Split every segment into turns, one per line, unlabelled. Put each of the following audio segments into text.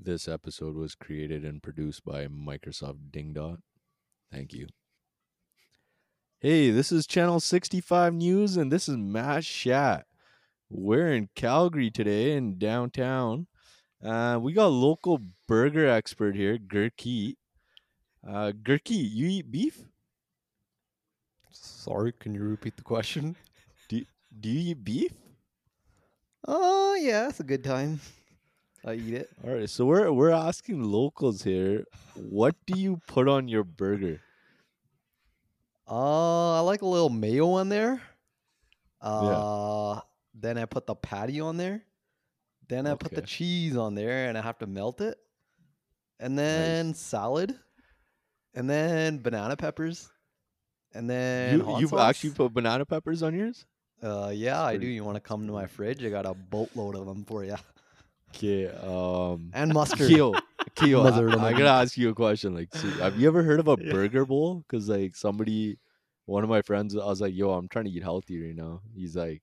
This episode was created and produced by Microsoft Ding Dot. Thank you. Hey, this is Channel 65 News, and this is Matt Shat. We're in Calgary today in downtown. Uh, we got local burger expert here, Gurkeet. Uh, Gurkeet, you eat beef?
Sorry, can you repeat the question?
Do you eat beef?
Oh, yeah, that's a good time. I eat it.
All right, so we're we're asking locals here, what do you put on your burger?
Uh, I like a little mayo on there. Uh, Then I put the patty on there. Then I put the
Okay.
cheese on there and I have to melt it. And then salad. And then banana peppers. And then
you
hot
you've
sauce.
actually put banana peppers on yours?
uh, yeah, I
pretty-
do. You want to come to my fridge? I got a boatload of them for you.
Okay, um
And mustard.
Keo, Keo, I,
Mother of
I
the-
gotta ask you a question. Like, see, have you ever heard of a
Yeah.
burger bowl? Because like somebody, one of my friends, I was like, "Yo, I'm trying to eat healthy right now." He's like,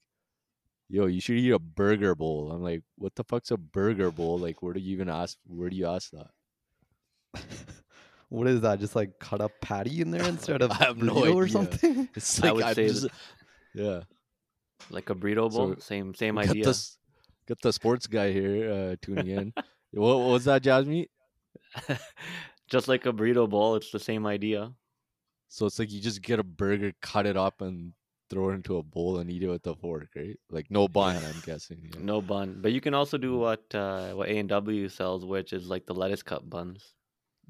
"Yo, you should eat a burger bowl." I'm like, "What the fuck's a burger bowl? Like, where do you even ask? Where do you ask that?"
what is that? Just like cut up patty in there instead of
I have no
burrito or
idea.
something?
It's
I would
I'm
say
just- yeah.
like a burrito
So,
bowl. same same
Got
idea.
the, s- got the sports guy here uh, tuning in. what, what was that, Jasmine?
Just like a burrito bowl, it's the same idea.
So it's like you just get a burger, cut it up, and throw it into a bowl and eat it with a fork, right? Like no bun, I'm guessing. yeah. Mm.
No bun, but you can also do what uh, what A and W sells, which is like the lettuce cup buns.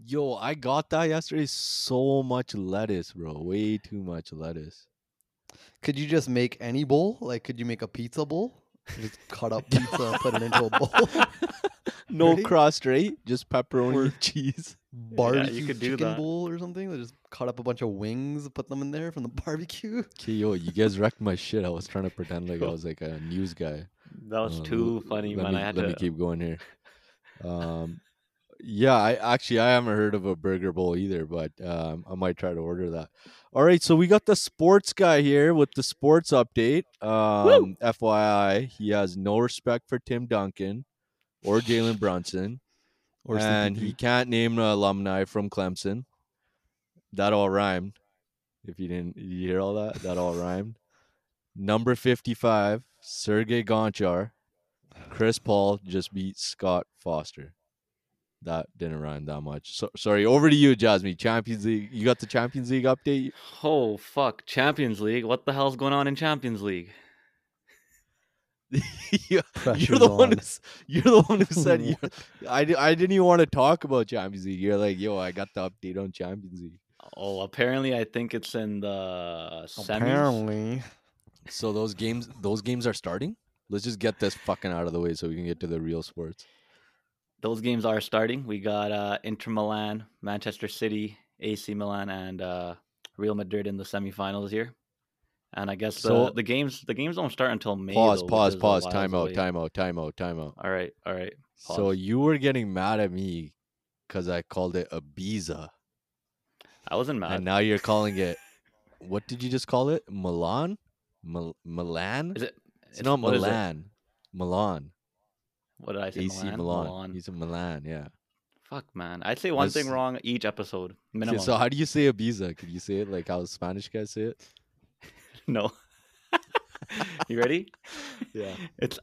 Yo, I got that yesterday. So much lettuce, bro. Way too much lettuce.
Could you just make any bowl? Like, could you make a pizza bowl? Just cut up pizza and put it into a bowl.
No
Really?
crust, right? Just pepperoni,
Or-
cheese.
Barbecue
could do
chicken
that.
bowl or something. They just cut up a bunch of wings, put them in there from the barbecue.
Okay, yo, you guys wrecked my shit. I was trying to pretend like I was like a news guy.
That was
Uh,
too
l-
funny,
let
man.
Me,
I had
let
to.
me keep going here. Um, yeah, I actually I haven't heard of a burger bowl either, but um, I might try to order that. All right, so we got the sports guy here with the sports update. Um, FYI, he has no respect for Tim Duncan or Jalen Brunson,
Or
and he
CP3.
can't name an alumni from Clemson. That all rhymed. If you didn't did you hear all that, that all rhymed. Number fifty-five, Sergey Gonchar. Chris Paul just beat Scott Foster. That didn't rhyme that much. So, sorry, over to you, Jasmine. Champions League. You got the Champions League update.
Oh fuck! Champions League. What the hell's going on in Champions League?
you're,
Pressure's
the one
on.
who's, you're the one who said you I, di- I didn't even want to talk about Champions League. You're like, yo, I got the update on Champions League.
Oh, apparently I think it's in the semis.
Apparently,
So those games, those games are starting. Let's just get this fucking out of the way so we can get to the real sports.
Those games are starting. We got uh, Inter Milan, Manchester City, AC Milan, and uh, Real Madrid in the semifinals here. And I guess
So-
the, the games the games don't start until May.
Pause,
though, which
pause,
is a
pause.
while
Time out,
away.
time out, time out, time out.
All right, all right.
So
Uh, Pause.
you were getting mad at me because I called it Ibiza.
I wasn't mad.
And now you're calling it. What did you just call it? Milan? Mil- Milan?
Is it?
it's, not
what is it?
Milan. Milan.
What did I say?
AC Milan.
Milan.
He's in Milan. Yeah.
Fuck man, I'd say one thing
This-
wrong each episode
Okay,
minimum.
so how do you say Ibiza? Could you say it like how Spanish guys say it?
no. you ready?
Yeah.
It's.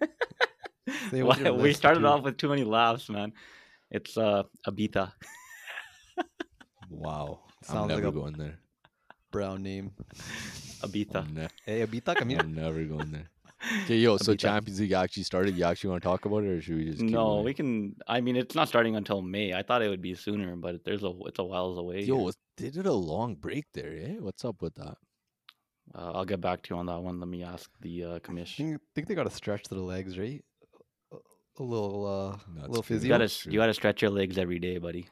Say what
Why-
your
we
list
started
do.
off with too many laughs, man. It's uh, Abita.
Wow. I'm
Sounds like
never
a
going there.
brown name.
Abita.
I'm, ne-
Hey, Abita, come here.
I'm never going there. Okay, yo. So
Ibiza.
Champions League actually started. You actually want to talk about it, or should we just? Keep
No,
going?
we can. I mean, it's not starting until May. I thought it would be sooner, but there's a it's a whiles away.
Yo,
here.
what- they did a long break there. Yeah. What's up with that?
uh, I'll get back to you on that one. Let me ask the uh, commission.
think, think they got to stretch their legs, right? A- A little, uh,
That's
a little
true.
physio.
You gotta
that's
you
true.
gotta stretch your legs every day, buddy.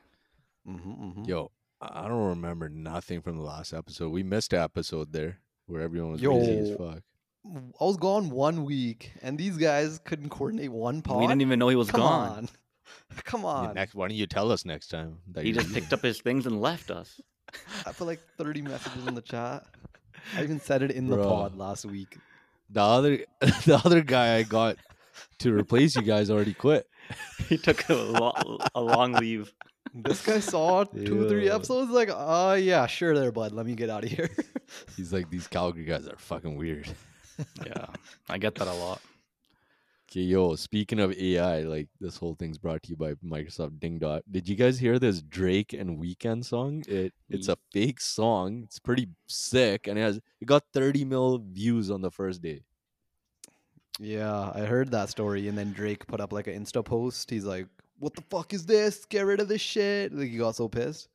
Mhm, mhm.
Yo, I I don't remember nothing from the last episode. We missed an episode there where everyone was busy as
Yo.
fuck.
w- I was gone one week, and these guys couldn't coordinate one pod.
We didn't even know he was
Come
gone.
on, come
Yeah,
on.
Next, why don't you tell us next time? That
uh, He
you're
just picked
leaving?
up his things and left us.
I put like thirty messages in the chat. I even said it in the
Bruh.
pod last week.
the other the other guy I got to replace you guys already quit.
he took a, lo- a long leave.
This guy saw two, three
Yeah.
episodes. Like, oh yeah, sure there, bud. Let me get out of here.
He's like, these Calgary guys are fucking weird.
Yeah, I get that a lot.
Okay, yo, speaking of AI, like this whole thing's brought to you by Microsoft Ding Dot. Did you guys hear this Drake and Weekend song? It it's
Ye-
a fake song. It's pretty sick and it has it got 30 mil views on the first day.
yeah, I heard that story, and then Drake put up like an Insta post. He's like, "What the fuck is this? Get rid of this shit!" Like he got so pissed.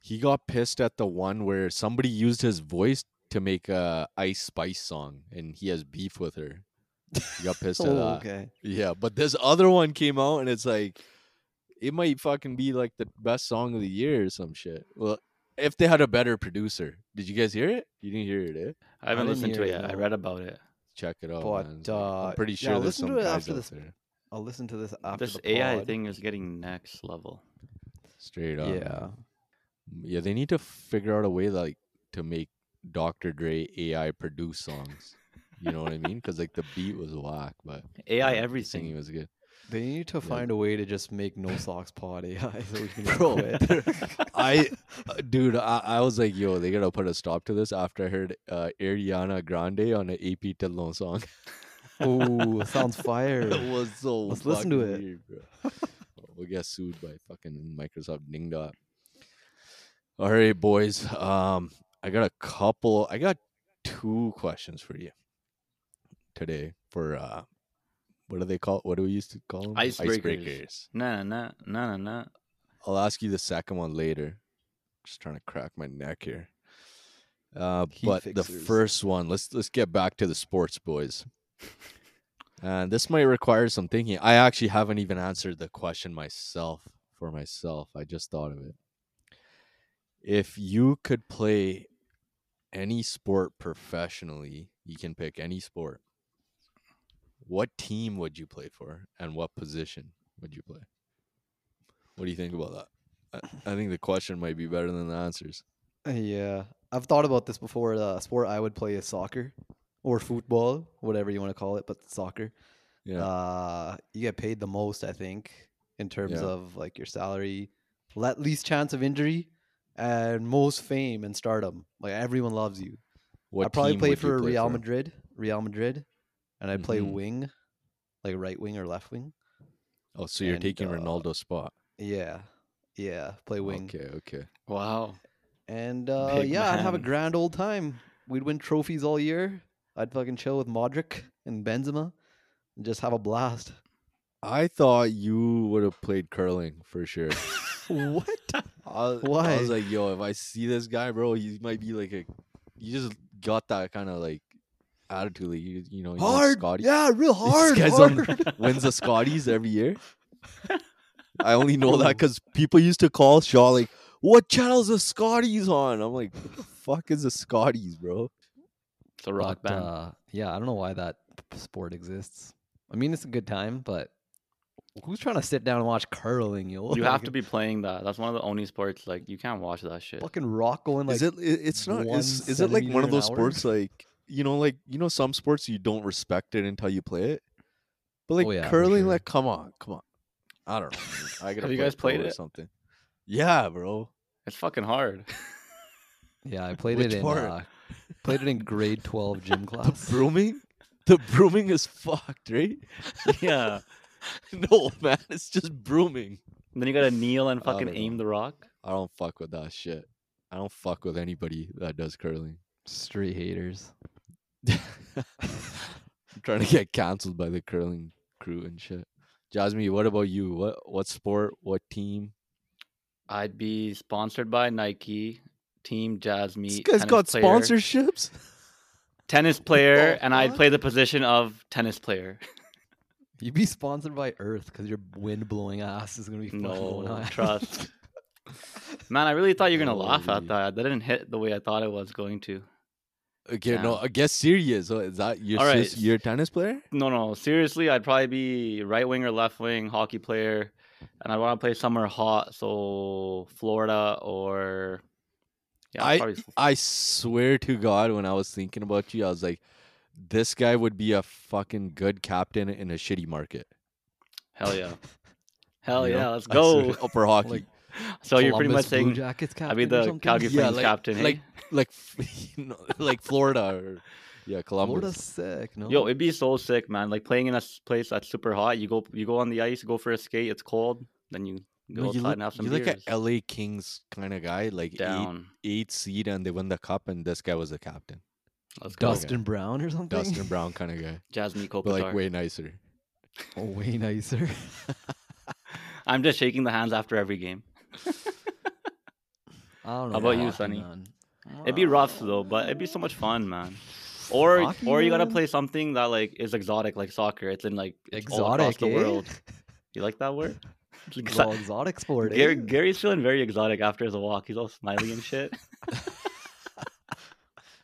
He got pissed at the one where somebody used his voice to make a Ice Spice song and he has beef with her. He got pissed at uh,
Oh,
uh,
that.
okay.
Yeah, but this other one came out and it's like it might fucking be like the best song of the year or some shit. Well, if they had a better producer. Did you guys hear it? You didn't hear it, eh?
I haven't
didn't
listened to
hear
it
it,
yet. I
no.
read about it.
Check it out.
But,
man. It's like-
uh,
I'm pretty
yeah,
sure there's
listen
some
to it
guys
after
out
this
there.
I'll listen to this after
this
the
AI
pod.
thing is getting next level.
Straight up.
Yeah,
Yeah, they need to figure out a way like to make Dr. Dre AI produce songs. You know what I mean? Because like the beat was whack, but
AI
like, the singing
everything.
was good.
they need to
Yeah.
find a way to just make no socks pod AI so we can just
Bro,
quit.
I Uh, dude I, I was like yo they gotta put a stop to this after i heard uh ariana grande on an ap Tillon song
oh, sounds fire.
it was so
Let's listen to
fucking
it.
weird, bro. we'll get sued by fucking microsoft ding dot all right boys um i got a couple i got two questions for you today for uh what do they call what do we used to call them
Icebreakers.
icebreakers
Nah, nah, nah, nah, nah.
I'll ask you the second one later. Just trying to crack my neck here. Uh,
Key
but the
fixers.
first one, let's let's get back to the sports boys. And this might require some thinking. I actually haven't even answered the question myself for myself. I just thought of it. If you could play any sport professionally, you can pick any sport. What team would you play for, and what position would you play? What do you think about that? I, I think the question might be better than the answers.
Yeah, I've thought about this before. The sport I would play is soccer or football, whatever you want to call it, but soccer.
Yeah.
Uh, you get paid the most, I think, in terms
Yeah.
of like your salary, le- least chance of injury, and most fame and stardom. Like everyone loves you.
What
I probably
team
play
would you
for Real
for?
Madrid, Real Madrid, and I play
Mhm.
wing, like right wing or left wing.
Oh, so you're
and,
taking
uh,
Ronaldo's spot.
Yeah, yeah, play wing.
Okay, okay.
Wow.
And uh,
Big
yeah, I'd have a
man.
grand old time. We'd win trophies all year. I'd fucking chill with Modric and Benzema and just have a blast.
I thought you would have played curling for sure.
what?
I, was- I
Why?
was like, yo, if I see this guy, bro, he might be like a. You just got that kind of like attitude, like you, you know, Oh, you know
Hard.
Scotty
Yeah, real hard.
guys
hard.
on- wins the Scotties every year. I only know that
Ooh.
because people used to call Shaw like, "What channel's the Scotties on?" I'm like, "What the fuck is the Scotties, bro?"
It's a rock
But,
band.
uh, yeah, I don't know why that p- sport exists. I mean, it's a good time, but who's trying to sit down and watch curling, yo?
you have to be playing that. That's one of the only sports like you can't watch that shit.
fucking rock going like
is it? i- It's not.
one
Is, is it like one
centimeter
of
an
those
hour?
sports like you know, like you know, some sports you don't respect it until you play it, but like
Oh, yeah, for
curling,
sure.
like come on, come on. I don't know. man. I gotta
Have you
play
guys
pro
played
or
it?
something? Yeah, bro.
It's fucking hard.
Yeah, I played
Which
it in
part?
uh, played it in grade 12 gym
The
class.
brooming, the brooming is fucked, right?
yeah.
No, man, it's just brooming.
And then you gotta kneel and
I
fucking
don't
aim
know.
the rock.
I don't fuck with that shit. I don't fuck with anybody that does curling.
Street haters.
I'm trying to get canceled by the curling crew and shit. Jasmine, what about you? What what sport? What team?
I'd be sponsored by Nike, Team Jazz Meet.
This guy's
tennis
got
player-
sponsorships.
Tennis player,
the
and I'd
fuck?
play the position of tennis player.
You'd be sponsored by Earth because your wind blowing ass is gonna be fucking going
No
on.
trust. Man, I really thought you were gonna laugh
Holy.
at that. That didn't hit the way I thought it was going to.
Okay, no,
Yeah.
I guess serious. So is that your
All right.
sis, your tennis player?
No, no, seriously, I'd probably be right wing or left wing hockey player, and I want to play somewhere hot, so Florida or yeah, probably F-
I swear to God, when I was thinking about you, I was like, this guy would be a fucking good captain in a shitty market.
hell yeah. Hell
you know?
yeah, let's
I said
go.
upper hockey.
Like,
So you're pretty
Columbus
much
Blue
saying
Jackets
I'll be
captain or
the
something?
Calgary
Yeah,
Flames
like-
captain.
like
hey?
like you know, like Florida or yeah, Columbus.
Florida's sick. No,
oh.
Yo, it'd be so sick, man. Like playing in a s- place that's super hot. You go, you go on the ice, go for a skate. It's cold. Then you go
No,
outside
you look,
and have some
you
beers.
look at LA Kings kind of guy, like eight,
Down.
eight seed, and they win the cup, and this guy was the captain,
Let's go.
Dustin Brown or something.
Dustin Brown kind of guy,
Jasmine Kopitar.
but like way nicer.
Oh, way nicer.
I'm just shaking the hands after every game.
I don't know.
How about you,
hockey,
Sonny?
man.
It'd be rough though, but it'd be so much fun, man. Or
Hockey,
or you gotta
man?
play something that like is exotic, like soccer. It's in like it's all across
Exotic,
the
eh?
world. You like that word?
It's all exotic sport. eh?
Gary, Gary's feeling very exotic after his walk. He's all smiley and shit.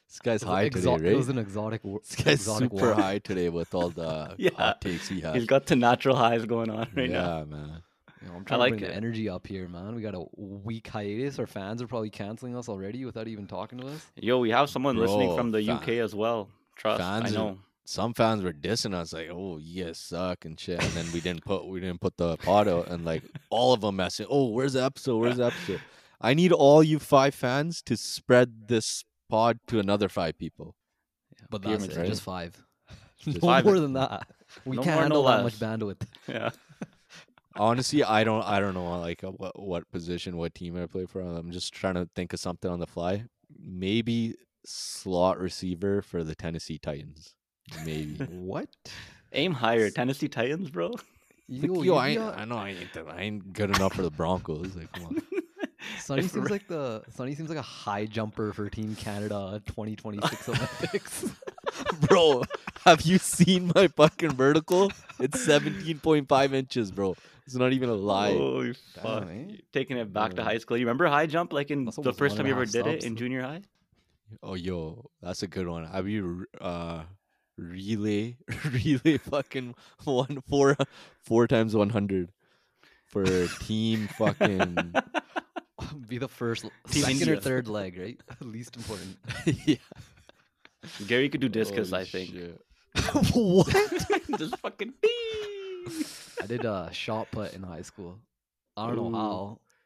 This guy's
It was
high
exo-
today,
It
right?
was an exotic. wor-
This guy's
exotic
super
walk.
high today with all the
Yeah.
hot takes he had.
He's got the natural highs going on right now.
yeah, man.
You know, I'm trying
like
to bring
it.
the energy up here, man. We got a week hiatus. Our fans are probably canceling us already without even talking to us.
Yo, we have someone listening
Bro,
from the
fan-
UK as well. Trust,
fans
I
are-
know.
Some fans were dissing us, like, "Oh, you guys suck" and shit. And then we didn't put we didn't put the pod out, and like all of them messaged, "Oh, where's the episode? Where's the episode?" I need all you five fans to spread this pod to another five people.
But
Pyramid
that's it,
scheme.
just five.
Just
no
five.
more than that. We
No
can't
more, no
handle that much
less.
bandwidth.
Yeah.
Honestly, I don't I don't know like uh, what what position, what team I play for. uh, I'm just trying to think of something on the fly. Maybe slot receiver for the Tennessee Titans. Maybe.
What?
Aim higher. Tennessee Titans, bro.
Like, yo,
you
I,
be
ain't-
a-
I know I ain't the- I ain't good enough for the Broncos. Like, come on.
Sonny
If
seems
re-
like the Sonny seems like a high jumper for Team Canada 2026 Olympics.
bro, have you seen my fucking vertical? It's 17.5 inches, bro. It's not even a lie.
Holy fuck.
Damn, eh?
Taking it back to
Yeah.
high school. You remember high jump, like in
That's
the
almost
first
one
time
and
you
a
ever
half
did it
subs.
in junior high?
Oh, yo, that's a good one. Have you uh relay relay fucking one four four times 100 for team fucking
be the first, l-
Team
second or
India.
third leg, right? Least important.
yeah.
Gary could do discus,
Holy
I think.
shit.
what?
Just fucking ding.
I did uh, shot put in high school. I don't
Ooh.
know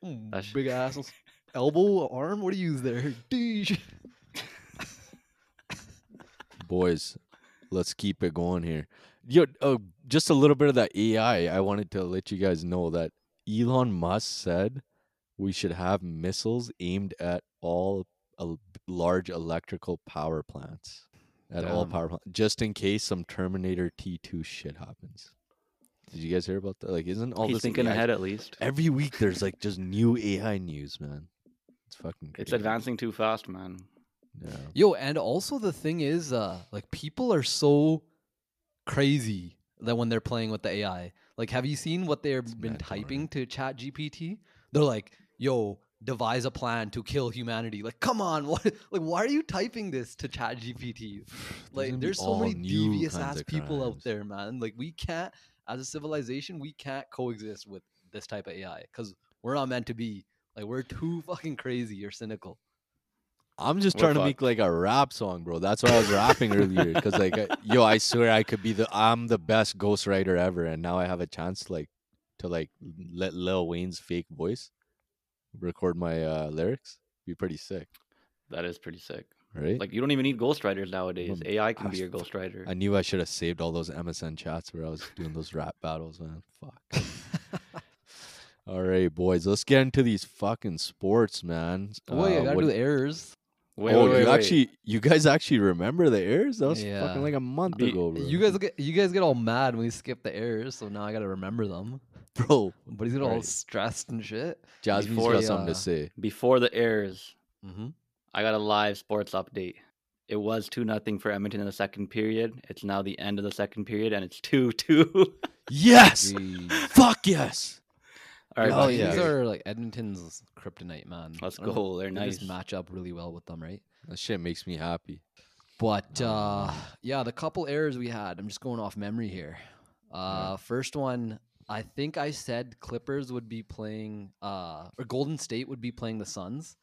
how.
That's-
Big ass elbow, arm. What do you use there? Deej.
boys let's keep it going here yo oh, just a little bit of that ai i wanted to let you guys know that elon musk said we should have missiles aimed at all el- large electrical power plants at all
Damn.
power plants just in case some terminator t2 shit happens did you guys hear about that like isn't all
He's
this
thinking
AI
ahead at least.
every week there's like just new ai news man it's fucking
It's
crazy.
advancing too fast, man.
yeah
Yo, and also the thing is, uh, like people are so crazy that when they're playing with the AI, like, have you seen what they've been
mad corner.
typing to Chat GPT? They're like, "Yo, devise a plan to kill humanity." Like, come on, what? Like, why are you typing this to Chat
gonna
GPT? Like,
be
there's so
all
many
new
devious
kinds
ass
of
people out
crimes.
there, man. Like, we can't, as a civilization, we can't coexist with this type of AI because we're not meant to be. Like, we're too fucking crazy or cynical.
I'm just
We're
trying to
fucked.
make like a rap song, bro. That's why I was rapping earlier because like, I- yo, I swear I could be the I'm the best ghostwriter ever, and now I have a chance like to like let Lil Wayne's fake voice record my uh, lyrics. Be pretty sick,
That is pretty sick.
right?
Like you don't even need ghostwriters nowadays.
Mm,
AI can
I
be
was
your
fu-
ghostwriter.
I knew I should have saved all those MSN chats where I was doing those rap battles, man. Fuck. All right, boys, let's get into these fucking sports, man.
Oh, yeah,
Uh,
gotta
what-
do the errors.
Wait,
oh,
wait, wait,
you
wait.
actually, you guys actually remember the airs? That was
Yeah.
fucking like a month
Be-
ago, bro.
You guys get you guys get all mad when we skip the errors, so now I gotta remember them.
bro,
But he's all all
Right.
stressed and shit.
Jasmine's
Before,
got something to
uh,
say.
Before the airs,
Mm-hmm.
I got a live sports update. It was two nothing for Edmonton in the second period. It's now the end of the second period, and it's two two.
Yes, fuck yes.
All right,
Oh,
back to
yeah. Oh,
These
you.
are like Edmonton's kryptonite, man.
Let's
I don't know,
go. They're
They
nice.
just match up really well with them, right?
That shit makes me happy.
But
Oh,
uh,
man.
yeah, the couple errors we had. I'm just going off memory here. Uh, First one, I think I said Clippers would be playing, uh, or Golden State would be playing the Suns,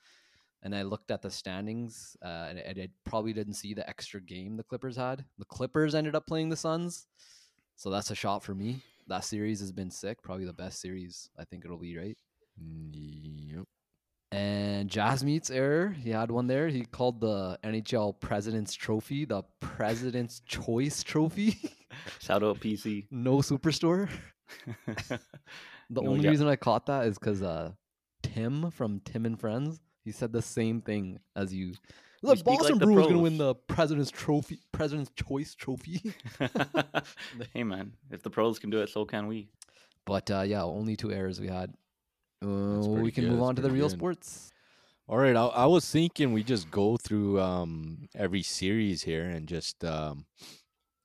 and I looked at the standings, uh, and, I- and I probably didn't see the extra game the Clippers had. The Clippers ended up playing the Suns, so that's a shot for me. That series has been sick. Probably the best series I think it'll be, right?
Yep.
And Jasmine's error, he had one there. He called the NHL President's Trophy the President's Choice Trophy.
Shout out PC.
no superstore. The
No,
only
yeah.
reason I caught that is because uh, Tim from Tim and Friends, he said the same thing as you. The
speak like
Boston
the
Bruins gonna
pros."
win the President's Trophy, President's Choice Trophy.
hey man, if the pros can do it, so can we.
but uh, yeah, only two errors we had. Uh,
pretty
we can
good,
move
that's
on to the
pretty
real
good.
sports.
All right, I, I was thinking we just go through um, every series here and just um,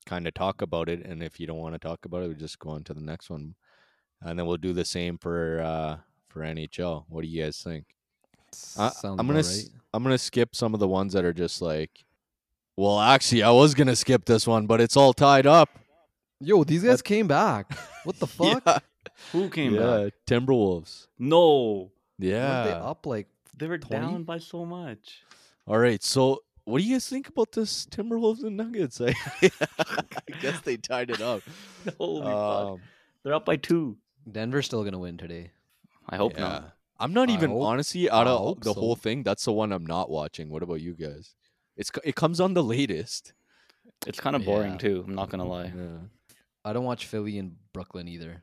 kind of talk about it. And if you don't want to talk about it, we just go on to the next one, and then we'll do the same for uh, for NHL. What do you guys think? I,
Sounds
I'm gonna
about
s-
right.
I'm gonna skip some of the ones that are just like, well, actually, I was gonna skip this one, but it's all tied up.
Yo, these guys came back. What the fuck?
Yeah,
Who came back?
yeah, Timberwolves.
No,
Weren't they
Yeah.
up like
they were
20?
down by so much.
All right. So, what do you guys think about this Timberwolves and Nuggets? I, I guess they tied it up.
Holy fuck,
Um,
they're up by two.
Denver's still gonna win today?
I hope
yeah.
not.
I'm not
I
even
hope-
honestly out
I
of
hope
the whole
so.
thing. That's the one I'm not watching. What about you guys? It's co- it comes on the latest.
It's kind of boring
Yeah.
too. I'm not gonna lie.
Yeah.
I don't watch Philly and Brooklyn either.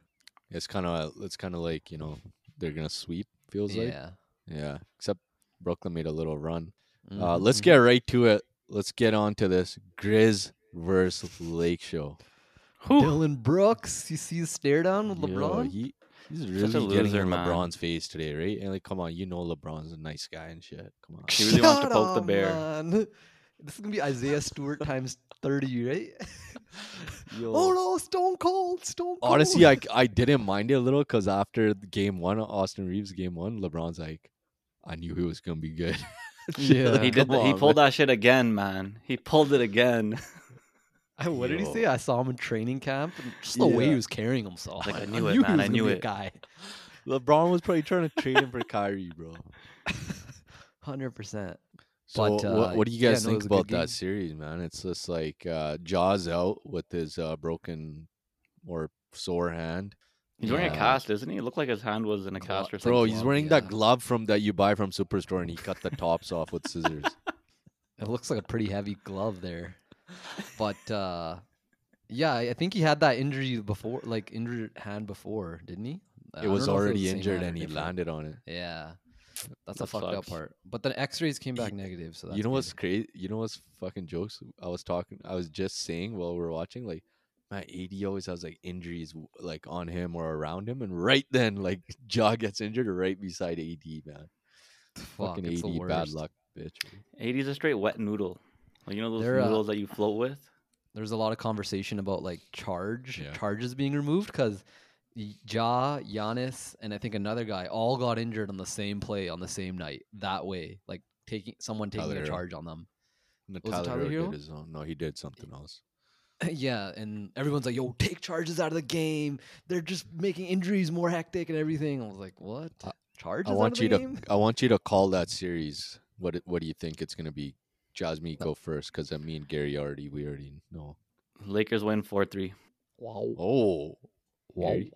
It's kind of it's kind of like you know they're gonna sweep. Feels like
Uh,
Yeah.
yeah. Except Brooklyn made a little run. Uh,
Mhm,
Mm-hmm,
let's
mhm.
get right to it. Let's get on to this Grizz versus Lake Show.
Whew.
Dylan Brooks. You see his stare down with
Yo,
LeBron.
he, he's
a
really getting
loser,
in
man.
LeBron's face today, right? And like, come on, you know LeBron's a nice guy and shit. Come on.
He really wants to
Shut
poke the
up,
bear.
man. This is gonna be Isaiah Stewart times thirty, right?
Yo.
oh no, Stone Cold, Stone Cold.
Honestly, I, I didn't mind it a little because after the game one, Austin Reeves game one, LeBron's like, I knew he was gonna be good.
Yeah.
he
Come
did. The, he
on,
pulled that shit again, man. He pulled it again.
I- what did he
Yo.
say? I saw him in training camp. And just the way
Yeah.
he was carrying himself.
Like, I
I
knew it,
he
man,
was
I
gonna
knew
be a
it.
Guy,
LeBron was probably trying to trade him for Kyrie, bro.
hundred percent.
So
But,
what,
uh,
what do you
yeah,
guys
no, it
think
was a good
about
game.
that series, man? It's just like uh, Jaws out with his uh, broken or sore hand.
He's wearing a
Yeah.
cast, isn't he? It looked like his hand was in a
Glo-
cast or something.
Bro,
Like
he's
glove,
wearing
yeah.
that glove from that you buy from Superstore, and he cut the tops off with scissors.
It looks like a pretty heavy glove there. But uh, yeah, I I think he had that injury before, like injured hand before, didn't he? I
it
don't
was
know if
already
the same
injured,
hand or
and he
different.
landed on it.
Yeah. That's a
That
fucked up
sucks.
part. But the x-rays came back negative, so that's
you know
good.
what's crazy? You know what's fucking jokes? I was talking. I was just saying while we were watching, like my AD always has like injuries w- like on him or around him, and right then like Jaw gets injured right beside AD, man.
Fuck,
fucking
it's the
AD, bad
worst.
luck, bitch.
80's a straight wet noodle. Like, you know those
They're, uh,
noodles that you float with.
There's a lot of conversation about like charge
Yeah.
charges being removed because Ja, Giannis, and I think another guy all got injured on the same play on the same night. That way, like taking someone taking
Tyler
a
Hero.
charge on them.
No,
Was it Tyler
Tyler Hero
Hero?
did his own. uh, No, he did something else.
yeah, and everyone's like, "Yo, take charges out of the game. They're just making injuries more hectic and everything." I was like, "What?
I-
Charges
I want
out of
you
the
to.
game?"
I want you to call that series. What it- What do you think it's gonna be? Jasmine, go first, because uh, me and Gary already we already know.
Lakers win four three.
Wow.
Oh,
Wow.
Gary?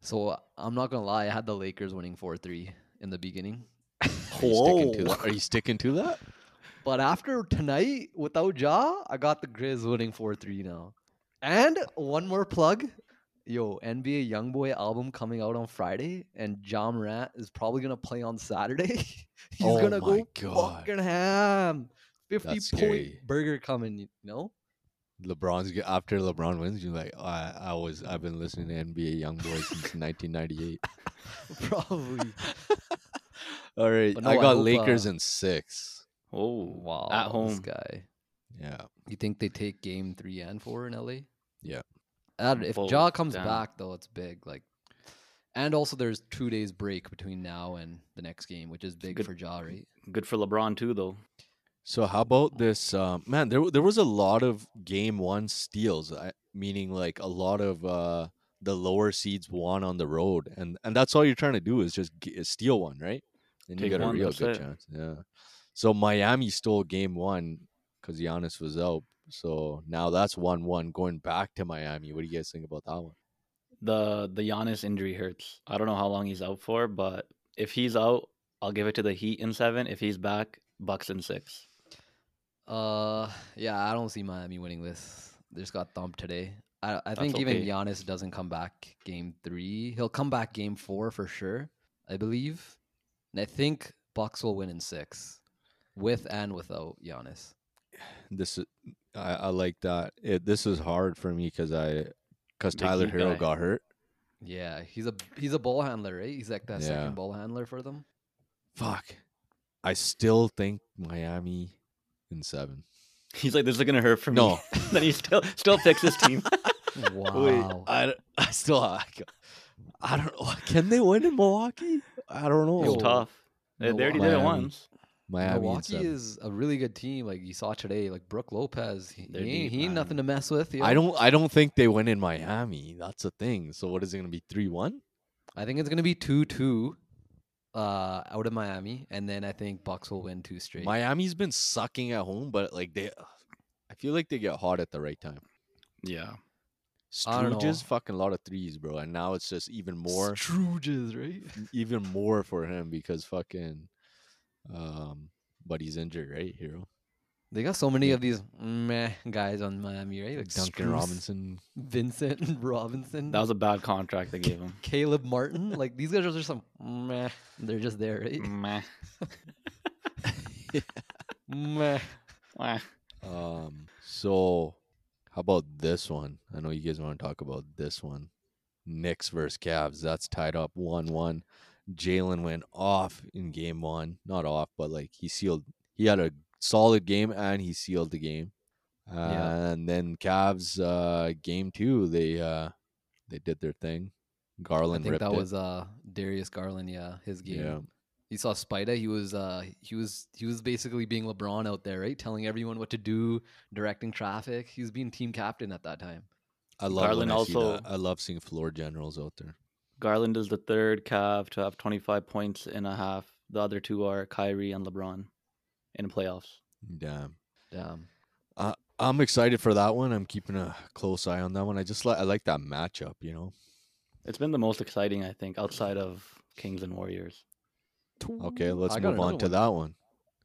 So uh, I'm not gonna lie, I had the Lakers winning four three in the beginning.
are you sticking to that? Are you sticking to that?
But after tonight, without Ja, I got the Grizz winning 4 3 now. And one more plug. Yo, NBA Youngboy album coming out on Friday, and Ja Morant is probably going to play on Saturday. He's
Oh
going to
my
go
God.
fucking ham. 50
That's
point
scary.
burger coming, you know?
LeBron's g- after LeBron wins, you're like, I, I was, I've been listening to NBA YoungBoy since 1998.
Probably.
All right,
But no,
I
I
got
hope,
Lakers
uh,
in six.
Oh
wow.
At
This
home.
guy.
Yeah,
You think they take game three and four in LA?
Yeah.
I don't- if
Both,
Jaw comes
damn.
back though, it's big. Like, and also there's two days break between now and the next game, which is big
good-
for Jaw, right?
Good for LeBron too, though.
So how about this, um, man? There, w- there was a lot of game one steals, I, meaning like a lot of uh, the lower seeds won on the road, and and that's all you're trying to do is just g- is steal one, right? And you
Take
got a
one,
real
that's
good
it.
chance. Yeah. So Miami stole game one because Giannis was out. So now that's one one going back to Miami. What do you guys think about that one?
the the Giannis injury hurts. I don't know how long he's out for, but if he's out, I'll give it to the Heat in seven. If he's back, Bucks in six.
Uh, yeah, I don't see Miami winning this. They just got thumped today. I, I
That's
think even
okay.
Giannis doesn't come back game three. He'll come back game four for sure, I believe. And I think Bucks will win in six, with and without Giannis.
This is, I, I like that. It, this is hard for me because I because
Big
Tyler
Heat
Hero
guy.
got hurt.
Yeah, he's a he's a ball handler, right? He's like that
Yeah.
second ball handler for them.
Fuck. I still think Miami in seven.
He's like, this is gonna hurt for me.
No.
then he still still picks his team.
Wow.
I, don't- I still I, don't- I don't know. Can they win in Milwaukee? I don't know.
Yo,
It's tough. They, they already did it
Milwaukee.
once.
Miami
Milwaukee
in seven.
is a really good team. Like you saw today, like Brooke Lopez, he,
They're
he ain't,
deep,
he ain't
man.
nothing to mess with. you
I
know?
don't I don't think they win in Miami. That's the thing. So what is it gonna be? Three one?
I think it's gonna be two two, uh, out of Miami, and then I think Bucks will win two straight.
Miami's been sucking at home, but like they I feel like they get hot at the right time.
Yeah.
I don't
Struges
know.
fucking lot of threes, bro. And now it's just even more
Struges, right?
even more for him because fucking um but he's injured, right, Hero?
They got so many
Yeah.
of these meh guys on Miami, right? Like
Duncan
Strus,
Robinson.
Vincent Robinson,
That was a bad contract they gave him.
Caleb Martin. like these guys are just some meh. They're just there, right?
Meh.
meh.
Meh.
Um so how about this one? I know you guys want to talk about this one. Knicks versus Cavs. That's tied up one one. Jalen went off in game one. Not off, but like he sealed he had a solid game and he sealed the game.
Yeah.
And then Cavs uh game two, they uh they did their thing.
I
Garland
think
ripped
that
it.
was uh Darius Garland. Yeah, his game.
yeah.
You saw Spida. He was uh he was he was basically being LeBron out there, right? Telling everyone what to do, directing traffic. He was being team captain at that time.
I love
Garland
when I see that.
also-
I love seeing floor generals out there.
Garland is the third Cav to have 25 points and a half. The other two are Kyrie and LeBron in playoffs.
Damn.
Damn.
I'm excited for that one. I'm keeping a close eye on that one. I just like I like that matchup, you know.
It's been the most exciting, I think, outside of Kings and Warriors.
Okay, let's
Mm, I got
move on
another
to
one.
that one.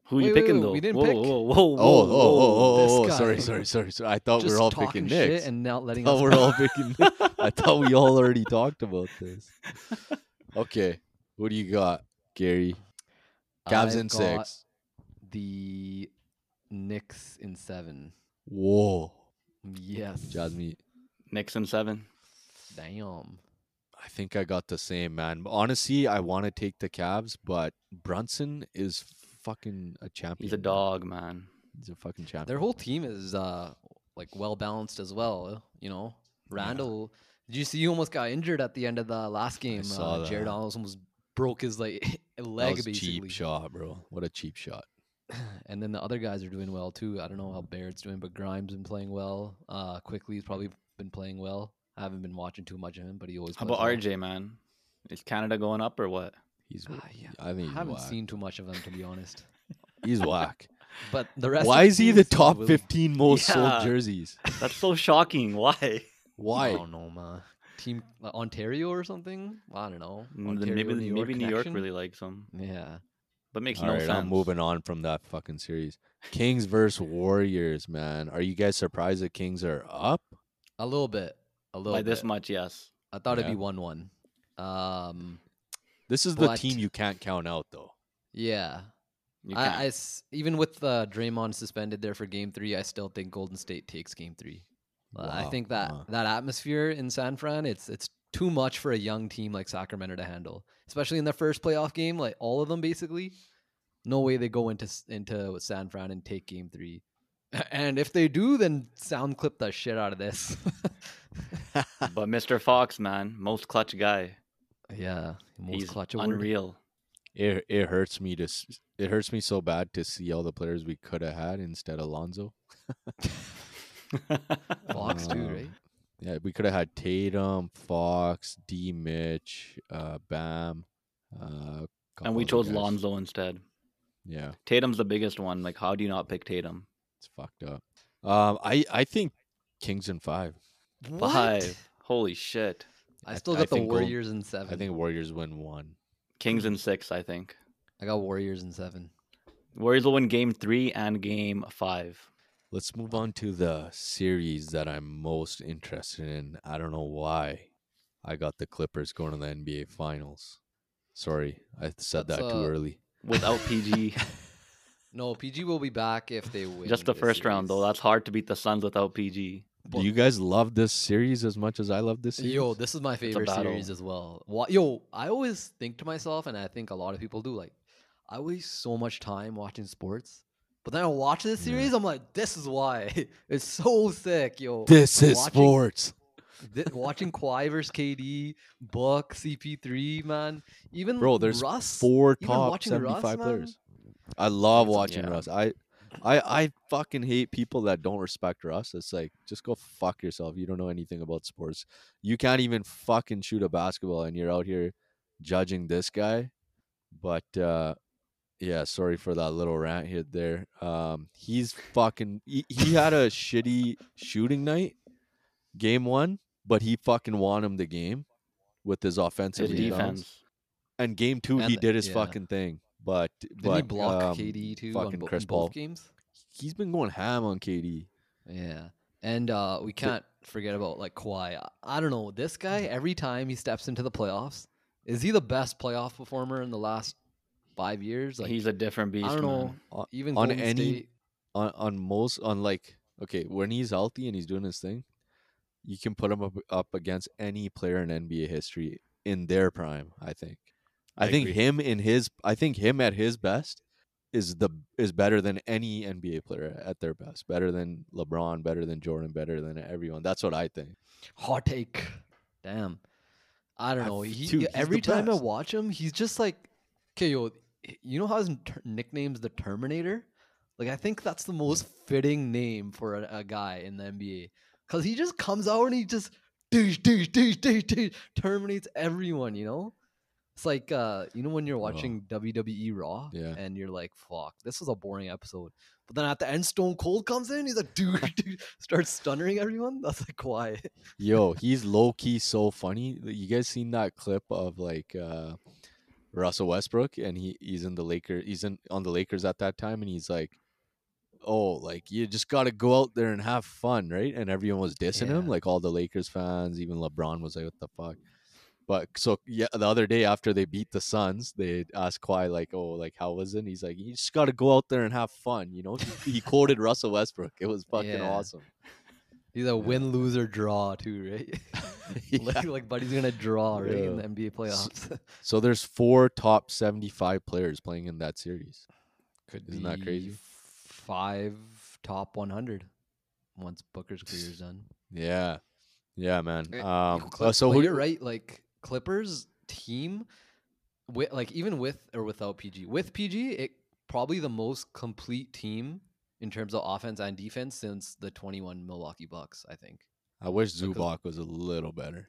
Who you
Wait, wait,
picking
wait,
though?
we didn't
whoa,
pick.
whoa, whoa, whoa,
oh, oh,
whoa.
oh, oh, oh,
this
sorry,
guy.
sorry, sorry, sorry. I thought we
Just
were all
talking
picking
shit
Knicks.
and not letting
thought
us.
we're all picking Knicks. I thought we all already talked about this. Okay, what do you got, Gary? Cavs
I've
in
got
six.
The Knicks in seven.
Whoa,
Yes.
Jasmine.
Knicks in seven.
Damn.
I think I got the same man. Honestly, I want to take the Cavs, but Brunson is fucking a champion.
He's a
man.
dog, man.
He's a fucking champion.
Their whole team is uh like well balanced as well. You know, Randall. Did you see? You almost got injured at the end of the last game.
saw
uh, Jared
that.
Allen almost broke his like
That
leg
was a
basically.
cheap shot, bro. What a cheap shot.
and then the other guys are doing well too. I don't know how Barrett's doing, but Grimes been playing well. Uh, Quickly's probably been playing well. I haven't been watching too much of him, but he always.
How
plays
about
well.
RJ, man? Is Canada going up or what?
He's
Ah, yeah.
I think he's
I haven't
whack.
seen too much of him to be honest.
He's whack.
But the rest.
Why
of
is he
team
the
seems to
top
will-
15 most sold
Yeah.
jerseys?
That's so shocking. Why?
Why?
I don't know, man. Team uh, Ontario or something. I don't know.
Mm, then
Ontario,
maybe
New York
maybe New York
connection?
really likes him,
Yeah.
but makes
All
no
right,
sense.
I'm moving on from that fucking series. Kings versus Warriors, man. Are you guys surprised the Kings are up?
A little bit. A little
by
bit.
this much. Yes,
I thought it'd
Yeah.
be one-one. Um.
This is the
But-
team you can't count out, though.
Yeah.
you
I,
can't.
I s- even with uh, Draymond suspended there for Game Three, I still think Golden State takes Game Three. Uh, I
Wow,
think that
huh.
that atmosphere in San Fran, it's it's too much for a young team like Sacramento to handle, especially in their first playoff game. Like all of them, basically, no way they go into s- into San Fran and take Game Three. And if they do, then sound clip the shit out of this.
but Mr. Fox, man, most clutch guy.
yeah, most
He's
clutch award.
unreal.
It it hurts me to s- it hurts me so bad to see all the players we could have had instead of Lonzo.
Fox too,
Uh,
right?
Yeah, we could have had Tatum, Fox, D. Mitch, uh, Bam. Uh,
and we
couple other
chose
guys.
Lonzo instead.
Yeah,
Tatum's the biggest one. Like, how do you not pick Tatum?
it's fucked up. Um, I I think Kings in five.
What?
Five. Holy shit.
I still
I
got the
think Gold-
Warriors in seven.
I think Warriors win one.
Kings in six, I think.
I got Warriors in seven.
Warriors will win game three and game five.
Let's move on to the series that I'm most interested in. I don't know why I got the Clippers going to the NBA Finals. Sorry, I said
That's,
that
uh,
too early.
Without PG,
No, PG will be back if they win.
just the
this
first round though.
series.
That's hard to beat the Suns without PG.
Do you guys love this series as much as I love this series?
Yo, this is my favorite
battle.
series as well. Wa- Yo, I always think to myself, and I think a lot of people do, like, I waste so much time watching sports. But then I watch this
Yeah.
series, I'm like, this is why. It's so sick, yo.
This is
Watching-
sports.
Thi- watching Kawhi versus KD, Buck, CP3, man. Even
Bro, there's
Russ.
Four
even
top
watching Russ,
75
man.
players. I love
That's-
watching
yeah.
Russ. I I I fucking hate people that don't respect Russ. It's like just go fuck yourself. You don't know anything about sports. You can't even fucking shoot a basketball and you're out here judging this guy. But uh yeah, sorry for that little rant hit there. Um he's fucking he, he had a shitty shooting night game 1, but he fucking won him the game with his offensive
His
Yeah.
rebounds.
defense.
And game 2 he
And-
did his
yeah.
fucking thing. But
Did
but
he block
um,
KD too on
fucking
bo- in
Chris
both
Paul.
games?
he's been going ham on KD.
Yeah. And uh, we can't forget about like Kawhi. I, I don't know. This guy, every time he steps into the playoffs, is he the best playoff performer in the last five years? Like
He's a different beast.
I don't
man.
know.
O-
Even
on
Golden
any-
State,
on on most on like okay when he's healthy and he's doing his thing, you can put him up up against any player in NBA history in their prime. I think. I,
I
think
agree.
him in his I think him at his best is the is better than any NBA player at their best. Better than LeBron, better than Jordan, better than everyone. That's what I think.
hot take. Damn. I don't
I
know.
f-
He,
dude, he's the
every time I
best.
watch him, he's just like, okay, yo, you know how his ter- nickname's the Terminator? Like, I think that's the most fitting name for a, a guy in the NBA. Because he just comes out and he just douche, douche, douche, douche, douche, terminates everyone, you know? It's like, uh, you know, when you're
Raw.
watching WWE Raw
Yeah.
and you're like, fuck, this is a boring episode. But then at the end, Stone Cold comes in, he's like, dude, dude, starts stunnering everyone. That's like, why?
Yo, he's low key so funny. Like, You guys seen that clip of like uh Russell Westbrook and he he's in the Lakers he's in on the Lakers at that time and he's like Oh, like you just gotta go out there and have fun, right? And everyone was dissing him,
Yeah.
like all the Lakers fans, even LeBron was like, What the fuck? But so yeah, the other day after they beat the Suns, they asked Kawhi like, "Oh, like how was it?" And he's like, "You just got to go out there and have fun," you know. He, he quoted Russell Westbrook. It was fucking
Yeah.
awesome.
He's a win, lose, or draw too, right? like,
Yeah.
like Buddy's gonna draw, right, in
Yeah.
the NBA playoffs.
So there's four top 75 players playing in that series. Could Isn't that
The
crazy?
Five top 100 once Booker's career's done.
Yeah. Yeah, man.
Eh,
Um,
Cl-
uh, so
but
who,
you're right. Like Clippers team, with like even with or without PG, with PG, it probably the most complete team in terms of offense and defense since the 21 Milwaukee Bucks. I think.
I wish
Because-
Zubac was a little better.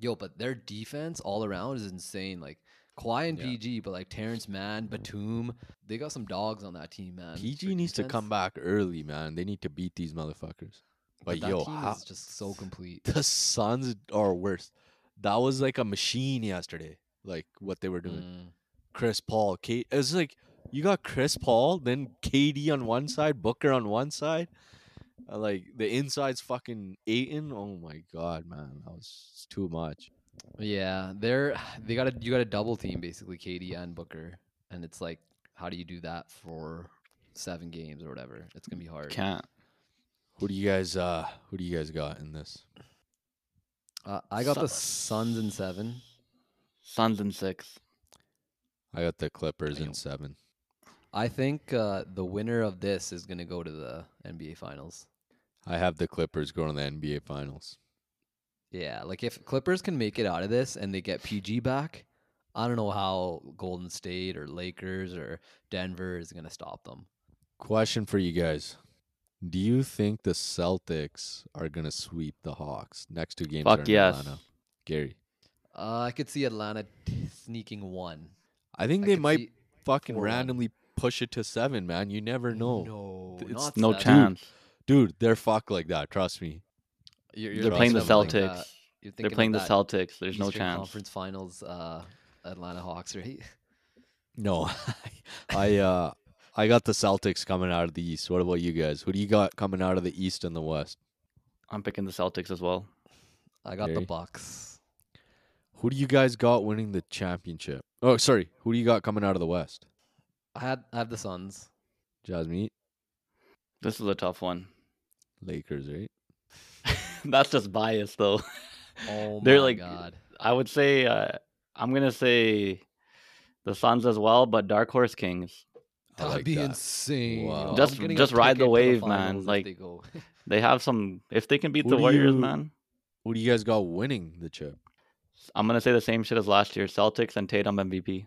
Yo, but their defense all around is insane. Like Kawhi and
Yeah.
PG, but like Terrence Mann, Batum, they got some dogs on that team, man.
PG needs to come back early, man. They need to beat these motherfuckers. But,
that
yo,
team
how,
is just so complete.
the Suns are worse. That was like a machine yesterday, like what they were doing.
Mm.
Chris Paul, Kate. It was like you got Chris Paul, then KD on one side, Booker on one side. Uh, like the inside's fucking Aiton. Oh my god, man, that was too much.
Yeah, they're they got to you got to double team basically KD and Booker, and it's like how do you do that for seven games or whatever? It's gonna be hard.
Can't.
Who do you guys? uh Who do you guys got in this?
Uh, I got the
Sucks.
Suns in seven.
Suns in six.
I got the Clippers in
Damn.
seven.
I think uh, the winner of this is gonna go to the NBA Finals.
I have the Clippers going to the NBA Finals.
Yeah, like if Clippers can make it out of this and they get PG back, I don't know how Golden State or Lakers or Denver is going to stop them.
Question for you guys: Do you think the Celtics are gonna sweep the Hawks? Next two games
Fuck
are in
yes.
Atlanta. Gary,
Uh, I could see Atlanta t- sneaking one.
I think
I
they
could
might
see-
fucking
4-1.
randomly push it to seven, man. You never know.
No,
It's
not
No
seven.
chance.
Dude, they're fucked like that. Trust me.
You're,
you're
They're playing the
right, something
Celtics.
Like that. You're thinking
They're
of
playing the
that
Celtics. There's no
Eastern
chance.
Conference Finals, uh, Atlanta Hawks, right?
No, I uh, I got the Celtics coming out of the East. What about you guys? Who do you got coming out of the East and the West?
I'm picking the Celtics as well.
I got
Jerry?
the Bucks.
Who do you guys got winning the championship? Oh, sorry. Who do you got coming out of the West?
I had I have the Suns.
Jasmine,
This is a tough one.
Lakers, right?
That's just bias, though.
Oh
They're
my
like-
god!
I would say uh, I'm gonna say the Suns as well, but dark horse Kings.
I
That'd
like
be
that.
insane.
Wow.
I'm
Just-
getting a
just ride the
ticket to
wave, man,
finals if
like-
they go.
They have some. If they can beat
Who
the
do
Warriors,
you-
man,
Who do you guys got winning the chip?
I'm gonna say the same shit as last year: Celtics and Tatum MVP.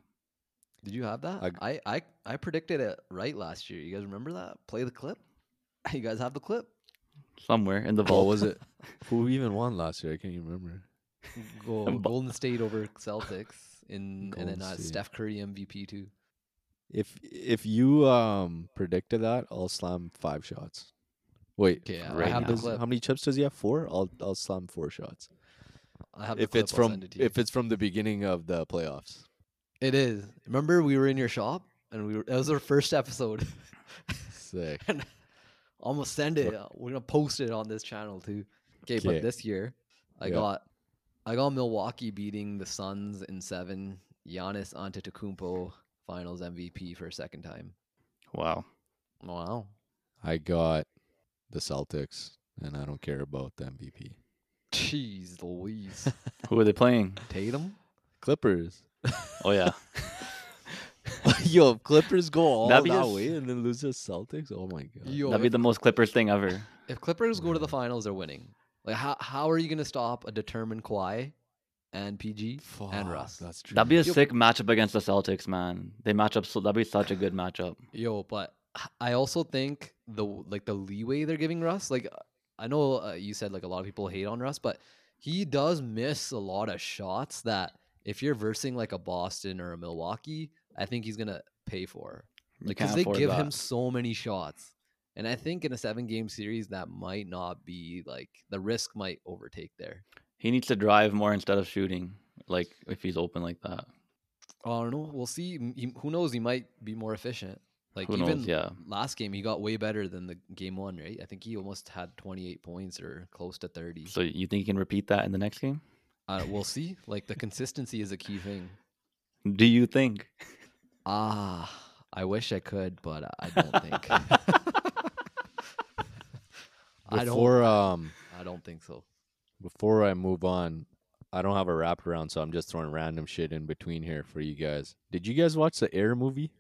Did you have that? I, I I predicted it right last year. You guys remember that? Play the clip. You guys have the clip.
Somewhere in the
What
vault.
was it? Who even won last year? I can't even remember.
Go,
Bu-
Golden State over Celtics, in, and
Golden
then uh,
State.
Steph Curry MVP too.
If if you um predicted that, I'll slam five shots. Wait,
Okay, I
Right
how,
have the
does-
clip.
how many chips does he have? Four. I'll I'll slam four shots.
I have the
If
clip,
it's
I'll
from
send it to you.
if it's from the beginning of the playoffs.
it is, remember we were in your shop and we were, that was our first episode.
Sick.
and I'm gonna send it. uh, We're gonna post it on this channel too. Okay,
Okay.
but this year I
Yeah.
got I got Milwaukee beating the Suns in seven. Giannis Antetokounmpo Finals MVP for a second time.
Wow.
Wow.
I got the Celtics, and I don't care about the MVP.
Jeez Louise.
Who are they playing?
Tatum?
Clippers.
Oh yeah.
Yo, if Clippers go all
That'd
that
be a s-
way and then lose to Celtics. Oh my god.
Yo,
That'd be
if,
the most Clippers thing ever.
if Clippers go to the finals, they're winning. Like how how are you gonna stop a determined Kawhi and PG and Russ?
That's true.
That'd be a
Yo.
sick matchup against the Celtics, man. They match up so that'd be such a good matchup.
Yo, but h- I also think the w- like the leeway they're giving Russ, like uh, I know uh, you said like a lot of people hate on Russ, but he does miss a lot of shots that if you're versing like a Boston or a Milwaukee, I think he's gonna pay for
You
because
can't
they
afford
give him
that.
so many shots, and I think in a seven game series that might not be like the risk might overtake there.
He needs to drive more instead of shooting. Like if he's open like that.
I don't know. We'll see. M- he- who knows? He might be more efficient. Like
Who
even
knows? Yeah.
last game, he got way better than the game one, right? I think he almost had 28 points or close to 30.
So you think he can repeat that in the next game?
uh, we'll see. Like the consistency is a key thing.
Do you think?
Ah, I wish I could, but I- I don't think. I don't.
Before um
I don't think so.
before I move on, I don't have a wraparound, so I'm just throwing random shit in between here for you guys. Did you guys watch the Air movie?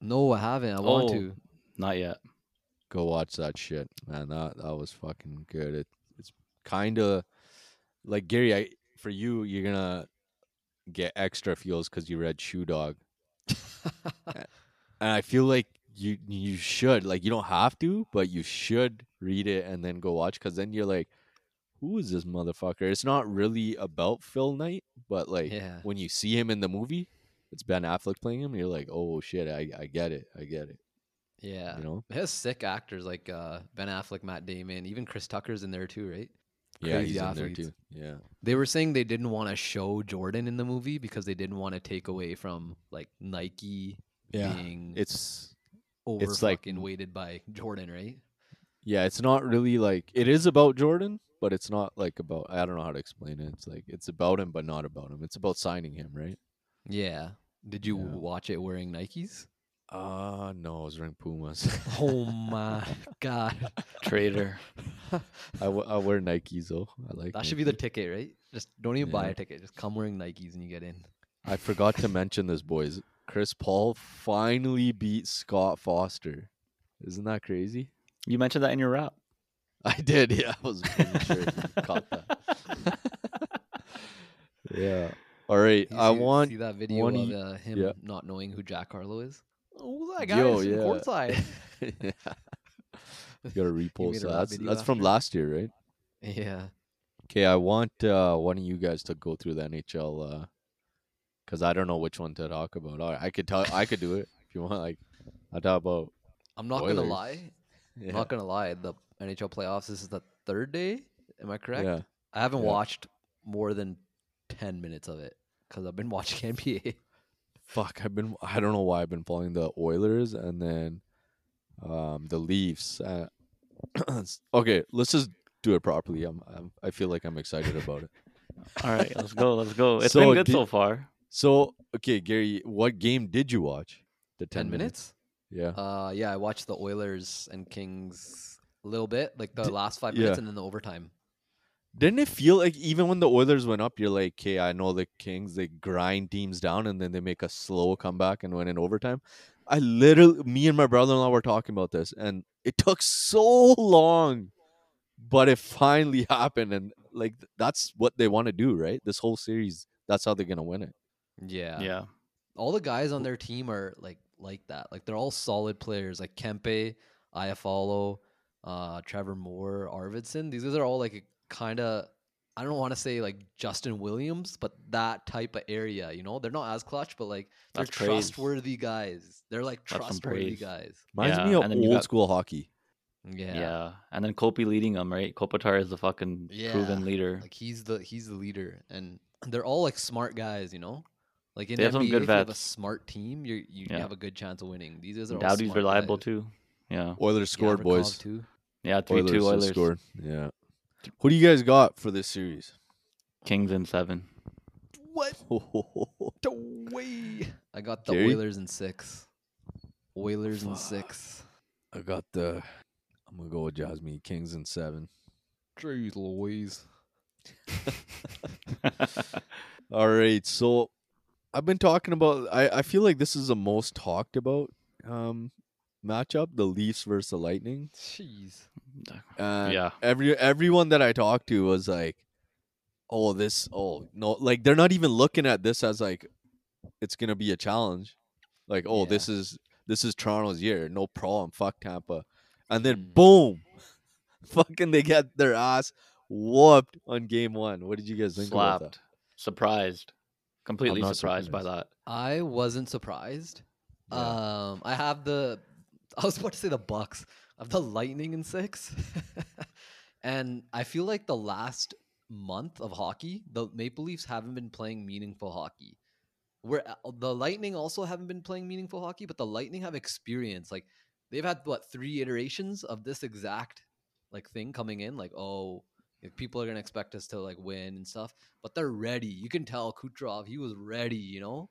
No, I haven't. I want
Oh.
to.
Not yet.
Go watch that shit, man. That that was fucking good. It, it's kind of like Gary. I for you, you're gonna get extra fuels because you read Shoe Dog,
Oh.
and I feel like you you should like you don't have to, but you should read it and then go watch because then you're like, who is this motherfucker? It's not really about Phil Knight, but like
yeah.
when you see him in the movie, it's Ben Affleck playing him. You're like, oh shit, I, I get it, I get it.
Yeah.
You know,
It has sick actors like uh, Ben Affleck, Matt Damon, even Chris Tucker's in there too, right?
yeah,
Crazy
he's
athletes.
in there too. Yeah,
They were saying they didn't want to show Jordan in the movie because they didn't want to take away from like Nike being
It's
over
it's like-
fucking weighted by Jordan, right?
yeah, it's not really like it is about Jordan, but it's not like about. I don't know how to explain it. It's like it's about him, but not about him. It's about signing him, right?
Yeah. Did you
Yeah.
watch it wearing Nikes?
Uh no, I was wearing Pumas.
Oh my god.
Traitor.
I, w- I wear Nikes though. I like
That should be the
Nike.
ticket, right? Just don't even buy
Yeah.
a ticket. Just come wearing Nikes and you get in.
I forgot to mention this, boys. Chris Paul finally beat Scott Foster. Isn't that crazy?
You mentioned that in your rap.
I did. Yeah, I was pretty sure you caught that. Yeah. All right.
You
I
see-
want
see that video
one
of
ye-
uh, him
yeah.
not knowing who Jack Harlow is. Oh, that
Yo,
guy's in
yeah.
courtside.
Yeah. You gotta repost
a
that.
rap
That's,
video
that's from
after?
last year, right?
yeah.
Okay, I want uh, one of you guys to go through the NHL because uh, I don't know which one to talk about. All right, I could tell. I could do it if you want. Like, I talk about.
I'm not gonna
Oilers.
lie.
Yeah,
I'm not gonna lie. The NHL playoffs. This is the third day. Am I correct?
yeah.
I haven't
Yeah.
watched more than ten minutes of it because I've been watching NBA.
Fuck, I've been I don't know why I've been following the Oilers and then um the Leafs. Uh, okay, let's just do it properly. I'm, I'm I feel like I'm excited about it.
All right, let's go. Let's go. It's
So
been good
do-
so far.
So, okay, Gary, what game did you watch? The 10,
Ten minutes.
minutes? Yeah.
Uh, yeah, I watched the Oilers and Kings a little bit, like the
Di-
last five
yeah.
minutes, and then the overtime.
Didn't it feel like even when the Oilers went up, you're like, okay, I know the Kings, they grind teams down and then they make a slow comeback and win in overtime. I literally, me and my brother in law were talking about this and it took so long, but it finally happened. And like, th- that's what they want to do, right? This whole series, that's how they're going to win it.
Yeah.
Yeah.
All the guys on their team are like like that. Like they're all solid players. Like Kempe, Iafallo, uh, Trevor Moore, Arvidsson. These guys are all like kind of I don't want to say like Justin Williams, but that type of area. You know, they're not as clutch, but like they're
That's praise.
trustworthy guys. They're like
That's some
trustworthy
praise.
guys.
Reminds
Yeah,
me of
and then you
old
got-
school hockey.
Yeah.
Yeah. And then Kopi leading them, right? Kopitar is the fucking proven
Yeah,
leader.
Like he's the he's the leader, and they're all like smart guys, you know. Like in
They have some
NBA,
good
if you have a
vets.
smart team, you you
Yeah.
have a good chance of winning. These guys are all
Dowdy's
smart
reliable
guys.
too. Yeah.
Oilers
Yeah,
scored,
Radnikov
boys.
Too.
Yeah, 3
Oilers,
2
still
Oilers.
scored. Yeah. Who do you guys got for this series?
Kings in seven.
What the way? I got the
Jerry?
Oilers in six. Oilers in
Fuck.
six.
I got the. I'm gonna go with Jasmine Kings and seven.
Jeez Louise.
All right, so I've been talking about. I I feel like this is the most talked about um matchup: the Leafs versus the Lightning.
Jeez.
And
Yeah.
Every everyone that I talked to was like, "Oh, this. Oh, no. Like they're not even looking at this as like it's gonna be a challenge. Like, oh,
Yeah.
this is this is Toronto's year. No problem. Fuck Tampa. And then
Mm.
boom, fucking they get their ass whooped on game one. What did you guys think about that?
Slapped. Surprised. Completely
not
surprised by that.
I wasn't surprised. Um, I have the. I was about to say the Bucks. I have the Lightning in six, and I feel like the last month of hockey, the Maple Leafs haven't been playing meaningful hockey. Where uh, the Lightning also haven't been playing meaningful hockey, but the Lightning have experience. Like they've had what three iterations of this exact like thing coming in. Like oh, if people are gonna expect us to like win and stuff, but they're ready. You can tell Kucherov, he was ready. You know.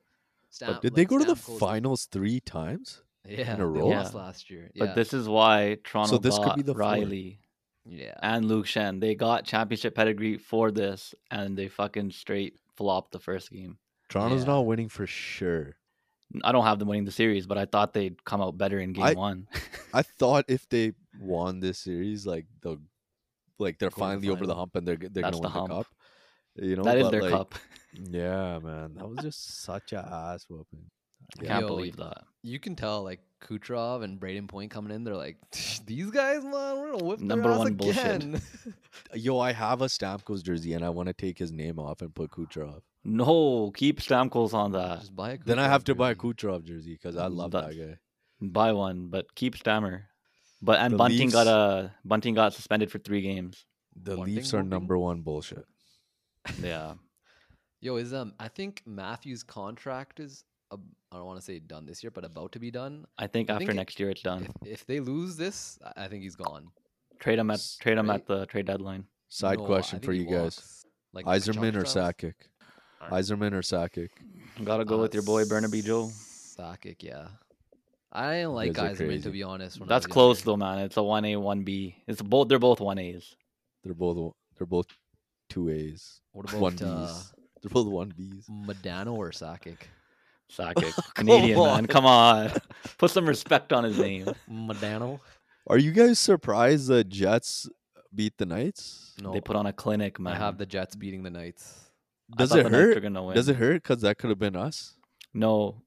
Stam-
But did they
like
go to the
Stamkos-
finals three times?
yeah,
a row?
They lost
Yeah.
last year. Yeah.
But this is why Toronto
this could
got
be the fourth.
Riley
yeah.
and Luke Shen. They got championship pedigree for this, and they fucking straight flopped the first game.
Toronto's
Yeah.
not winning for sure.
I don't have them winning the series, but I thought they'd come out better in game
I-
one.
I thought if they won this series, like the like they're
Go to the
finally over the
final.
hump and they're g- they're
That's
gonna
the
win the
hump.
cup. You know
that is
but,
their
like,
cup.
Yeah, man, that was just such a ass whooping.
I
Yeah.
can't
Yo,
believe that.
You can tell like Kucherov and Braden Point coming in, they're like, these guys, man, we're gonna whip
Number
their ass
one bullshit.
again.
Yo, I have a Stamkos jersey and I want to take his name off and put Kucherov.
No, keep Stamkos on that.
Just buy a
Uh, Then I have
Kucherov
to buy a
jersey.
Kucherov jersey because I
Mm,
love that
that's-
guy.
Buy one, but keep Stammer. But and
The
Bunting got
Leafs-
uh Bunting got suspended for three games.
The
Bunting,
Leafs are
Bunting?
number one bullshit.
Yeah,
Yo, is um, I think Matthews' contract is, ab- I don't want to say done this year, but about to be done.
I think
I
after
think it-
next year it's done.
If, if they lose this, I- I think he's gone.
Trade him at
s-
trade him
right?
at the trade deadline.
Side
No, I
question for
think
you
he
guys:
walks, Like
Iserman or
Kachuk styles.
Sakic? Iserman or Sakic?
Gotta go
Uh,
with your boy Burnaby Joe.
Sakic, yeah. I didn't like
guys are
Iserman to
crazy.
be honest. when I
That's
was
close
younger.
though, man. It's a one A, one B. It's both. They're both one A's.
They're both they're both two A's.
What
One
about uh,
B's. They're both one B's.
Medano or Sakic?
Sakic, Canadian
on.
man. Come on, put some respect on his name.
Medano?
Are you guys surprised the Jets beat the Knights?
No,
They put on a clinic, man.
I have the Jets beating the Knights.
I
Does
thought
it
the Knights were
hurt?
gonna win.
Does it hurt? Because that could have been us.
No,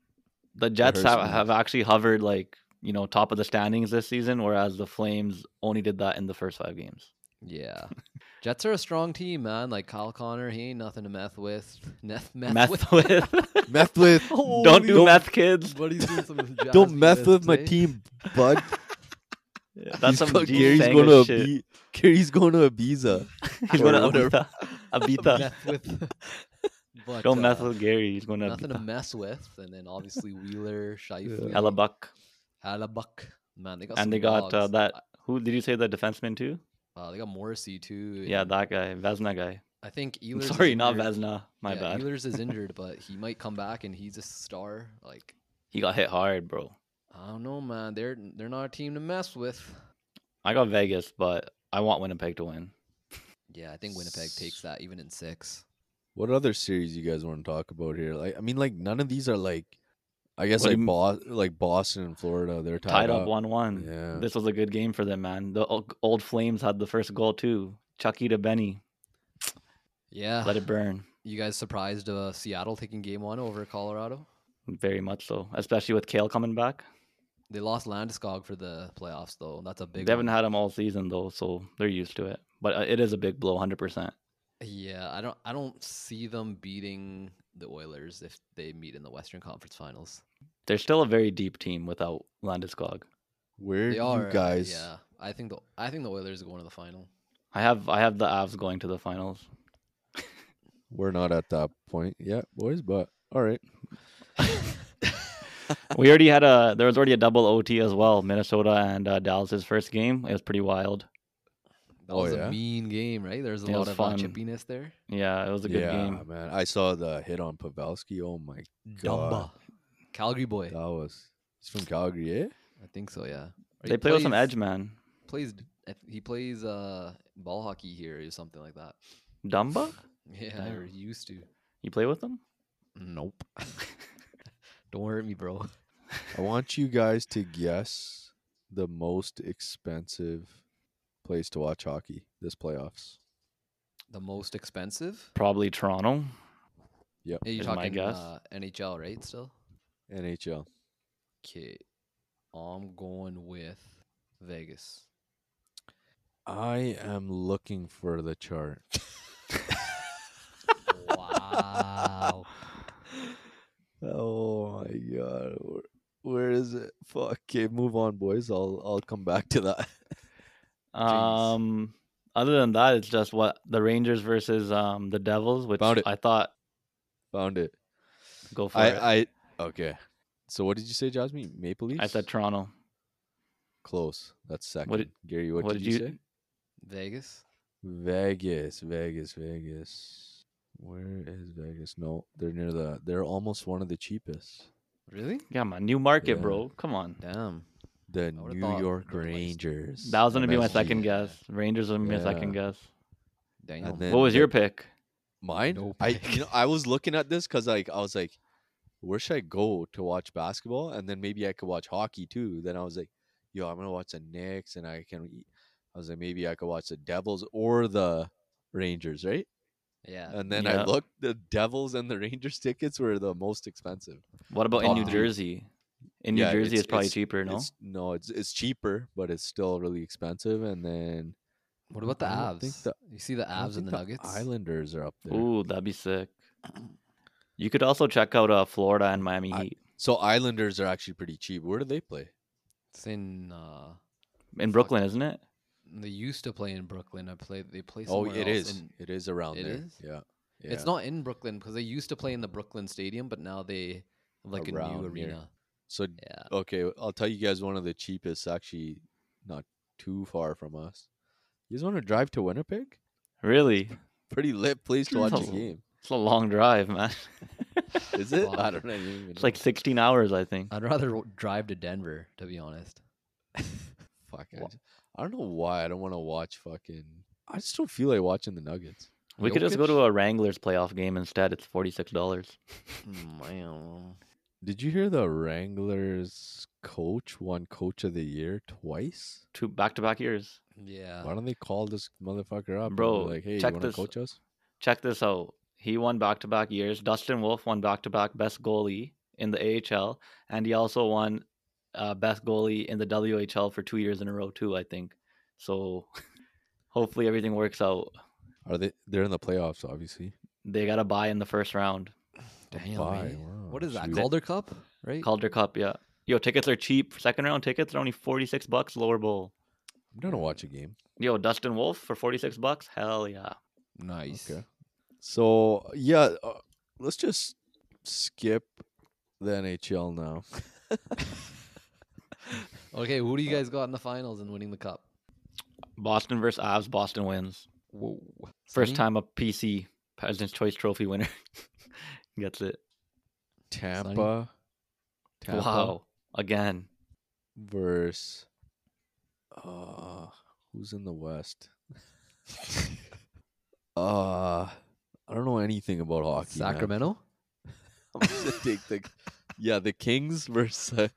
the Jets
hurts
have,
me.
have actually hovered like you know top of the standings this season, whereas the Flames only did that in the first five games.
Yeah, Jets are a strong team, man. Like Kyle Connor, he ain't nothing to meth with. Neth, meth, with.
Meth with,
Meth with.
don't do meth, kids.
But he's doing some jazz
Don't mess
jazz
with my
today.
team, bud.
That's
He's
some
got-
Gene
Gary's
Sango
going to
shit.
Gary's going to Ibiza.
He's
or
gonna
whatever.
Ibiza. Abita.
meth with. But,
Don't mess
uh,
with Gary. He's going to
Nothing to
Abita.
mess with, and then obviously Wheeler, Shifley,
Hellebuck.
Hellebuck. Man, they got some
And they got uh,
dogs.
that. Who did you say the defenseman too?
Uh, they got Morrissey too.
Yeah,
and
that guy, Vesna guy.
I think
I'm
Ehlers. is
Sorry, not
injured.
Vesna. My
yeah,
bad.
Ehlers is injured, but he might come back, and he's a star. Like
He got hit hard, bro.
I don't know, man. They're they're not a team to mess with.
I got Vegas, but I want Winnipeg to win.
Yeah, I think Winnipeg takes that even in six.
What other series you guys want to talk about here? Like, I mean, like none of these are like, I guess
What do
like
you
Bo- like Boston and Florida. They're tied,
Tied up one one.
Yeah.
This was a good game for them, man. The o- old Flames had the first goal too. Chucky to Benny.
Yeah,
Let it burn.
you guys surprised uh, Seattle taking game one over Colorado?
Very much so, especially with Kale coming back.
They lost Landeskog for the playoffs, though. That's a big.
they haven't
one.
had him all season though, so they're used to it. But uh, it is a big blow, hundred percent.
Yeah, I don't. I don't see them beating the Oilers if they meet in the Western Conference Finals.
They're still a very deep team without Landeskog.
Where
They
do
are
you
uh,
guys?
Yeah, I think the I think the Oilers are going to the final.
I have I have the Avs going to the finals.
We're not at that point yet, boys. But all right,
we already had a there was already a double OT as well. Minnesota and uh, Dallas's first game. It was pretty wild.
That
Oh,
was
yeah?
a mean game, right? There's a
It
lot
was
of uh,
fun.
chippiness there.
Yeah, it was a good
yeah,
game.
man. I saw the hit on Pavelski. Oh my god,
Calgary boy.
that was. He's from Calgary, eh?
I think so. Yeah. Or he
They play with some
plays-
edge, man.
Plays I th- he plays uh ball hockey here or something like that.
Dumba,
Yeah, or
Damn.
he used to.
you play with them?
Nope. Don't hurt me, bro.
I want you guys to guess the most expensive place to watch hockey this playoffs.
The most expensive?
Probably Toronto.
Yeah, you're
Is my
talking
guess.
uh, NHL, right? Still.
NHL.
Okay. I'm going with Vegas.
I am looking for the chart.
Wow.
Oh my god. Where, where is it? Fuck. Okay, move on, boys. I'll I'll come back to that.
Jeez.
Um, other than that, it's just what the Rangers versus um the Devils, which
Found it.
I thought
Found it.
go for it.
I, I okay. So what did you say, Jasmine? Maple Leafs?
I said Toronto.
close. That's second.
did-
Gary, what, did, you, say?
Vegas?
Vegas, Vegas, Vegas. Where is Vegas? No, they're near the they're almost one of the cheapest.
Really?
Yeah, man, new market,
Yeah.
bro. Come on.
Damn.
The
would've
New
thought
York
Middle East.
Rangers.
That was gonna be my
MSG.
second
Yeah.
guess. Rangers was gonna be my second guess.
Daniel.
then-
What was
the-
your pick?
Mine?
No
I
pick.
you know I was looking at this because like I was like, where should I go to watch basketball? And then maybe I could watch hockey too. Then I was like, yo, I'm gonna watch the Knicks, and I can. e-, I was like, maybe I could watch the Devils or the Rangers, right?
Yeah.
And then I
Uh, Yeah.
looked, the Devils and the Rangers tickets were the most expensive.
What about in
Top
New
three.
Jersey? In New
Yeah,
Jersey,
it's-
it's probably
it's-
cheaper, no?
It's, no, it's it's cheaper, but it's still really expensive. And then
What about the
I don't
Avs?
think the-
you see the
I don't
Avs and
think
the Nuggets?
Islanders are up there.
Ooh, that'd be sick. You could also check out uh, Florida and Miami
I-
Heat
So Islanders are actually pretty cheap. Where do they play?
It's in. Uh,
in Brooklyn, isn't it?
they used to play in Brooklyn. I play. They play.
Oh,
Somewhere
it
else
is.
in-
It is around
It
there.
is?
Yeah.
It's
Yeah.
not in Brooklyn because they used to play in the Brooklyn Stadium, but now they have like a
Around
new
here.
arena.
So
Yeah.
okay, I'll tell you guys one of the cheapest. Actually, not too far from us. You guys want to drive to Winnipeg?
Really?
Pretty lit place to watch a
Cool.
game.
It's a long drive, man.
Is it? I
Fuck.
don't know. Uh, I didn't even
It's like
know.
16 hours, I think.
I'd rather w- drive to Denver, to be honest.
Fuck. I,
Wha-
just- I don't know why I don't want to watch fucking. I just don't feel like watching the Nuggets.
We could just go to a Wranglers playoff game instead. It's $46.
Hmm.
Man.
Did you hear the Wranglers coach won Coach of the Year twice?
Two back to back years.
Yeah.
Why don't they call this motherfucker up? and be
Bro,
like, hey,
check
you want to
this-
coach us?
Check this out. He won back to back years. Dustin Wolf won back to back best goalie in the AHL. And he also won uh, best goalie in the WHL for two years in a row, too, I think. So hopefully everything works out.
Are they? They're in the playoffs, obviously.
They got a buy in the first round.
Damn.
Bye.
eh?
Wow,
What is that?
shoot.
Calder Cup, right?
Calder Cup, yeah. Yo, tickets are cheap. Second round tickets are only 46 bucks, lower bowl.
I'm gonna watch a game.
Yo, Dustin Wolf for 46 bucks? Hell yeah.
nice.
Okay. So yeah, uh, let's just skip the NHL now.
Okay, who do you guys got in the finals and winning the cup?
Boston versus Avs. Boston wins.
Whoa.
First
Sneak.
time a PC President's Choice Trophy winner gets it.
Tampa, Tampa
Wow. Again.
versus uh, who's in the West? uh I don't know anything about hockey. man.
Sacramento?
I'm gonna take the yeah the Kings versus uh,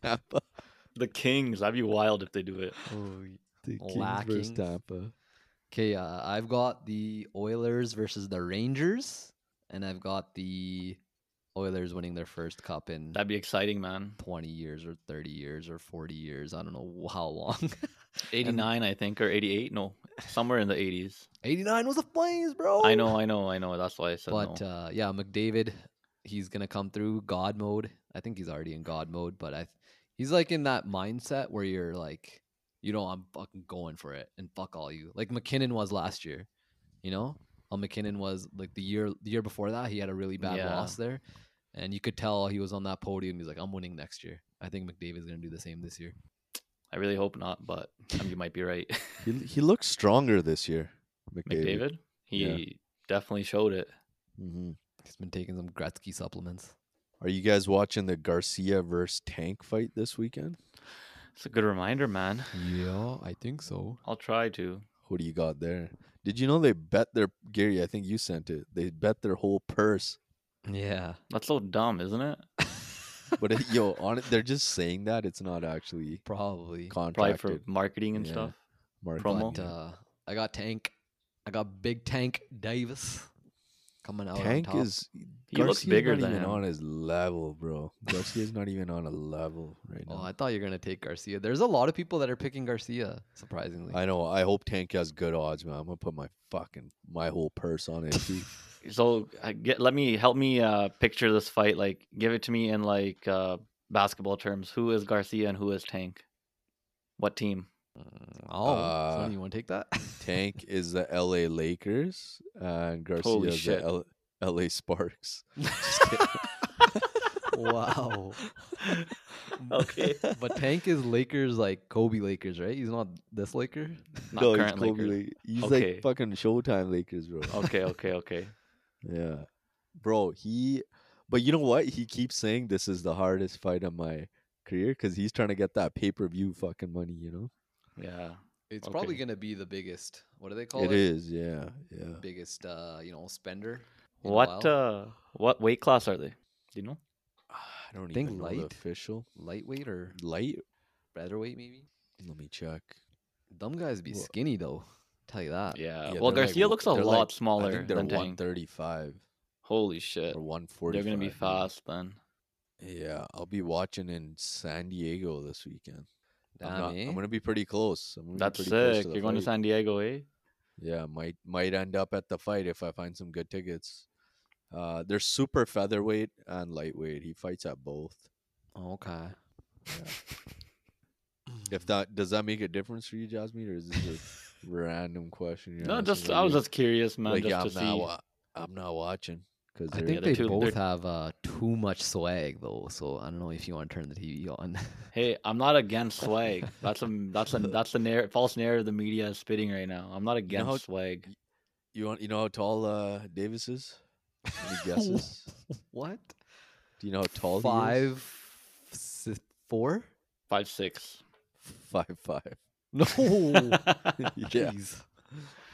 Tampa.
The Kings. I'd be wild if they do it.
The
Kings versus Lackings.
Tampa.
Okay, uh, I've got the Oilers versus the Rangers, and I've got the Oilers winning their first cup in
That'd be exciting, man.
20 years or 30 years or 40 years. I don't know how long.
89, I think, or 88. No, somewhere in the 80s.
89 was the Flames, bro.
Oh.
I know, I know, I know. That's why I said
But
no.
uh, yeah, McDavid, he's gonna come through God mode. I think he's already in God mode, but I, th- he's like in that mindset where you're like, you know, I'm fucking going for it and fuck all you. Like McKinnon was last year, you know. How McKinnon was like the year the year before that he had a really bad
Yeah.
loss there, and you could tell he was on that podium. He's like, I'm winning next year. I think McDavid's gonna do the same this year.
I really hope not, but I mean, you might be right.
He he looks stronger this year, McDavid.
McDavid, he definitely showed it.
hmm
He's been taking some Gretzky supplements.
Are you guys watching the Garcia versus Tank fight this weekend?
It's a good reminder, man.
Yeah, I think so.
I'll try to.
Who do you got there? Did you know they bet their Gary? I think you sent it. They bet their whole purse.
Yeah.
That's so dumb, isn't it?
But it, yo, on it, they're just saying that it's not actually
Probably.
Probably
contracted.
for marketing and
Yeah.
stuff.
marketing.
promo.
But uh, I got Tank. I got Big Tank Davis coming out.
Tank
on top.
is
He looks
Garcia's
bigger
not
than
even
him.
on his level, bro. Garcia's not even on a level right
Oh,
now.
I thought you were gonna take Garcia. There's a lot of people that are picking Garcia. Surprisingly,
I know. I hope Tank has good odds, man. I'm gonna put my fucking my whole purse on it. too.
So I get, let me help me uh, picture this fight. Like, give it to me in like uh, basketball terms. Who is Garcia and who is Tank? What team?
Mm, oh,
Uh,
Sonny, you want to take that?
Tank is the L.A. Lakers, and Garcia
Holy
is
shit.
the L- L.A. Sparks.
wow.
Okay.
But Tank is Lakers like Kobe Lakers, right? He's not this Laker.
Not
he's
current
Kobe
Lakers.
Lake- He's
Okay.
like fucking Showtime Lakers, bro.
Okay, okay, okay.
Yeah, bro. He, but you know what? He keeps saying this is the hardest fight of my career because he's trying to get that pay per view fucking money. You know,
Yeah.
It's
Okay.
probably gonna be the biggest. What do they call it?
it is. Yeah, yeah.
Biggest, uh, you know, spender. in a
What
while.
uh what weight class are they? Do you know?
Ah, I don't
Think
even know the
light?
official
lightweight or
light.
featherweight, maybe.
Let me check.
Dumb guys be
Well-
skinny though. Tell you that.
Uh, Yeah.
Yeah,
well,
they're like
Garcia
w-
looks a
they're
lot
like- I
smaller
think they're
than
one
Tank.
thirty five
Holy shit.
or one forty.
They're gonna be fast then.
Yeah, I'll be watching in San Diego this weekend. I'm,
Damn,
not-
eh?
I'm gonna be pretty close. I'm gonna be
That's
pretty close
sick.
the
You're going to
fight.
San Diego, eh?
Yeah, might might end up at the fight if I find some good tickets. Uh, they're super featherweight and lightweight. He fights at both.
Oh, okay.
Mm-hmm.
If that does that make a difference for you, Jasmine, or is this a random question? you're
No,
asking
just
right
I was
here?
just curious, man,
like,
just
yeah, I'm
to
not,
see.
wa- I'm not watching because
I
They're-
think
they're
they
too- they're-
both have uh, too much swag though, so I don't know if you want to turn the TV on.
Hey, I'm not against swag. That's a that's a that's the narr- false narrative the media is spitting right now. I'm not
know
against
how-
swag.
you want you know how tall uh, Davis is? Any guesses?
what?
Do you know how tall he is?
Five, si- four?
Five six.
Five five.
No.
Yeah,
Jeez.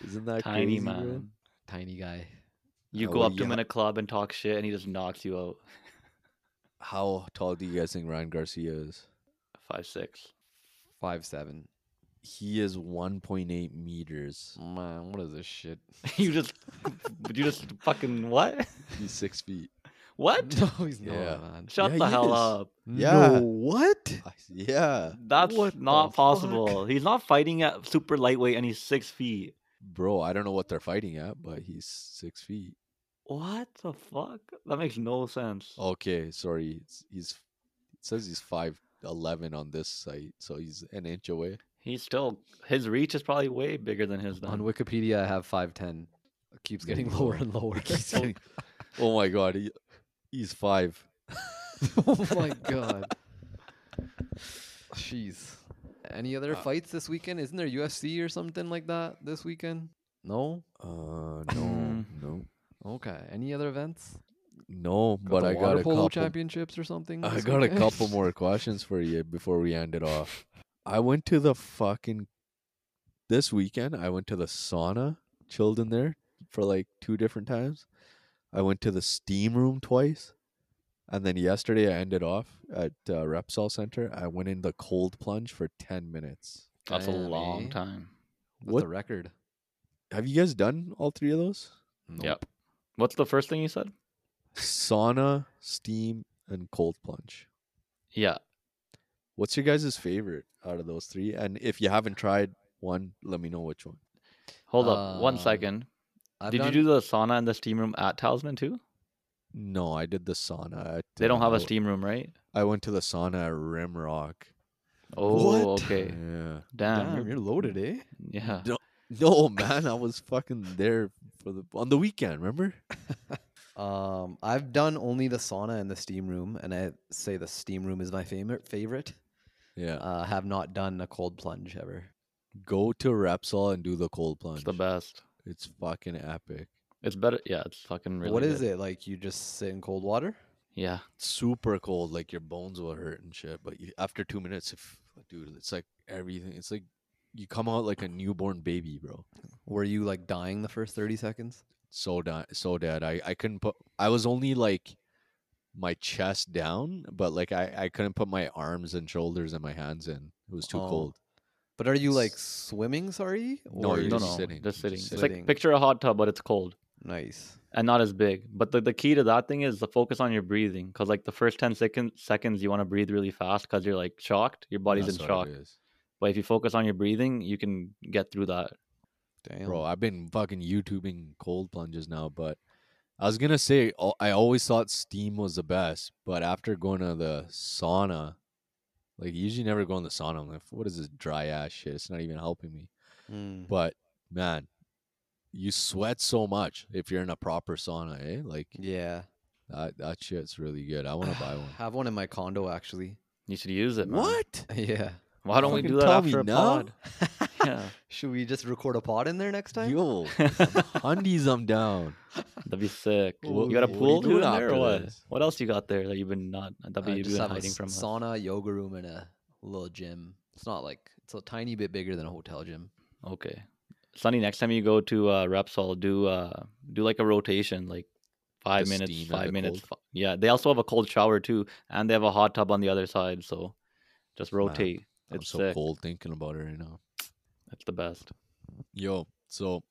isn't that
Tiny
crazy, bro?
man.
Tiny guy.
You
Uh,
go
what
up
do
to him
you
in a club and talk shit, and he just knocks you out.
How tall do you guys think Ryan Garcia is?
Five six.
Five seven.
He is 1.8 meters.
Man, what is this shit?
you just you just fucking what?
He's six feet.
What?
No, he's not.
Yeah.
Man.
Shut
Yeah,
the
he
hell
is.
up.
Yeah.
No, what?
I- Yeah,
That's
What the
not
fuck?
possible. He's not fighting at super lightweight and he's six feet.
bro. I don't know what they're fighting at, but he's six feet.
What the fuck? That makes no sense.
Oh. Okay, sorry. It's, he's it says he's five eleven on this site, so he's an inch away.
He's still his reach is probably way bigger than his.
On
Then.
Wikipedia, I have five ten. keeps
Getting
getting lower
lower.
and lower.
He's getting- oh my god, he, he's five. Uh,
oh my god. Jeez. Any other
Uh,
fights this weekend? Isn't there UFC or something like that this weekend? No.
Uh, no,
Mm.
no,
Okay. Any other events?
no. but
the
I got
water
a
polo
couple.
championships or something.
I
this
got a
weekend?
couple more questions for you before we end it off. I went to the fucking this weekend. I went to the sauna, chilled in there for like two different times. I went to the steam room twice, and then yesterday I ended off at uh, Repsol Center. I went in the cold plunge for ten minutes.
That's a
Damn, eh?
long time.
That's
what-
the record?
Have you guys done all three of those?
Yep. What's the first thing you said?
Sauna, steam, and cold plunge.
Yeah.
What's your guys' favorite out of those three? And if you haven't tried one, let me know which one.
Hold up one
Um,
second.
I've
Did
done-
you do the sauna and the steam room at Talisman too?
No, I did the sauna. At,
They don't have
uh,
a steam room, right?
I went to the sauna at Rimrock.
Oh,
What?
okay.
Yeah.
Damn.
Damn,
you're-
you're loaded, eh?
Yeah.
D- No, man, I was fucking there for the on the weekend. Remember?
Um, I've done only the sauna and the steam room, and I say the steam room is my favorite. Favorite.
Yeah.
Uh, have not done a cold plunge ever.
Go to Repsol and do the cold plunge.
It's the best.
It's fucking epic.
It's better. Yeah, it's fucking really.
what
good.
is it like? You just sit in cold water?
Yeah.
Super cold, like your bones will hurt and shit. But you, after two minutes, if dude, it's like everything. It's like you come out like a newborn baby, bro.
Were you like dying the first thirty seconds?
so down so dead i i couldn't put i was only like my chest down but like i i couldn't put my arms and shoulders and my hands in it was too
Oh.
cold
But are you like
Um, S-
swimming? Sorry,
No, you're
no,
just
no,
sitting.
Just
You're
sitting.
just
It's
sitting.
like picture a hot tub, but it's cold
nice.
and not as big. But the, the key to that thing is the focus on your breathing. Because, like, the first 10 second, seconds, you want to breathe really fast because you're like shocked. Your body's
That's
in
what
shock.
it is.
But if you focus on your breathing, you can get through that.
Damn,
bro i've been fucking youtubing cold plunges now but i was gonna say al- i always thought steam was the best but after going to the sauna like usually never go in the sauna i'm like what is this dry ass shit it's not even helping me
Mm.
but man you sweat so much if you're in a proper sauna eh like
yeah,
that, that shit's really good i want to buy one
Have one in my condo actually.
You should use it, man.
yeah.
Why don't we
Fucking
do that
tell me
after a
now?
pod? Yeah.
Should we just record a pod in there next time? Uh,
yo hundies i'm down
That'd be sick.
What-
you got a
what are you
pool
doing Uh,
dude in there
after
or what?
this?
What else you got there that you've been not that
I
you've
just
been
have a
hiding from
s-
us?
sauna, yoga room, and a little gym. It's not like it's a tiny bit bigger than a hotel gym.
Okay. Sunny, next time you go to uh, Repsol, do uh, do like a rotation, like five
The
minutes,
steam and the
five minutes.
cold?
fi- yeah, they also have a cold shower too, and they have a hot tub on the other side. So just rotate.
i'm
it's
so
sick.
cold thinking about it right now
It's the best.
yo so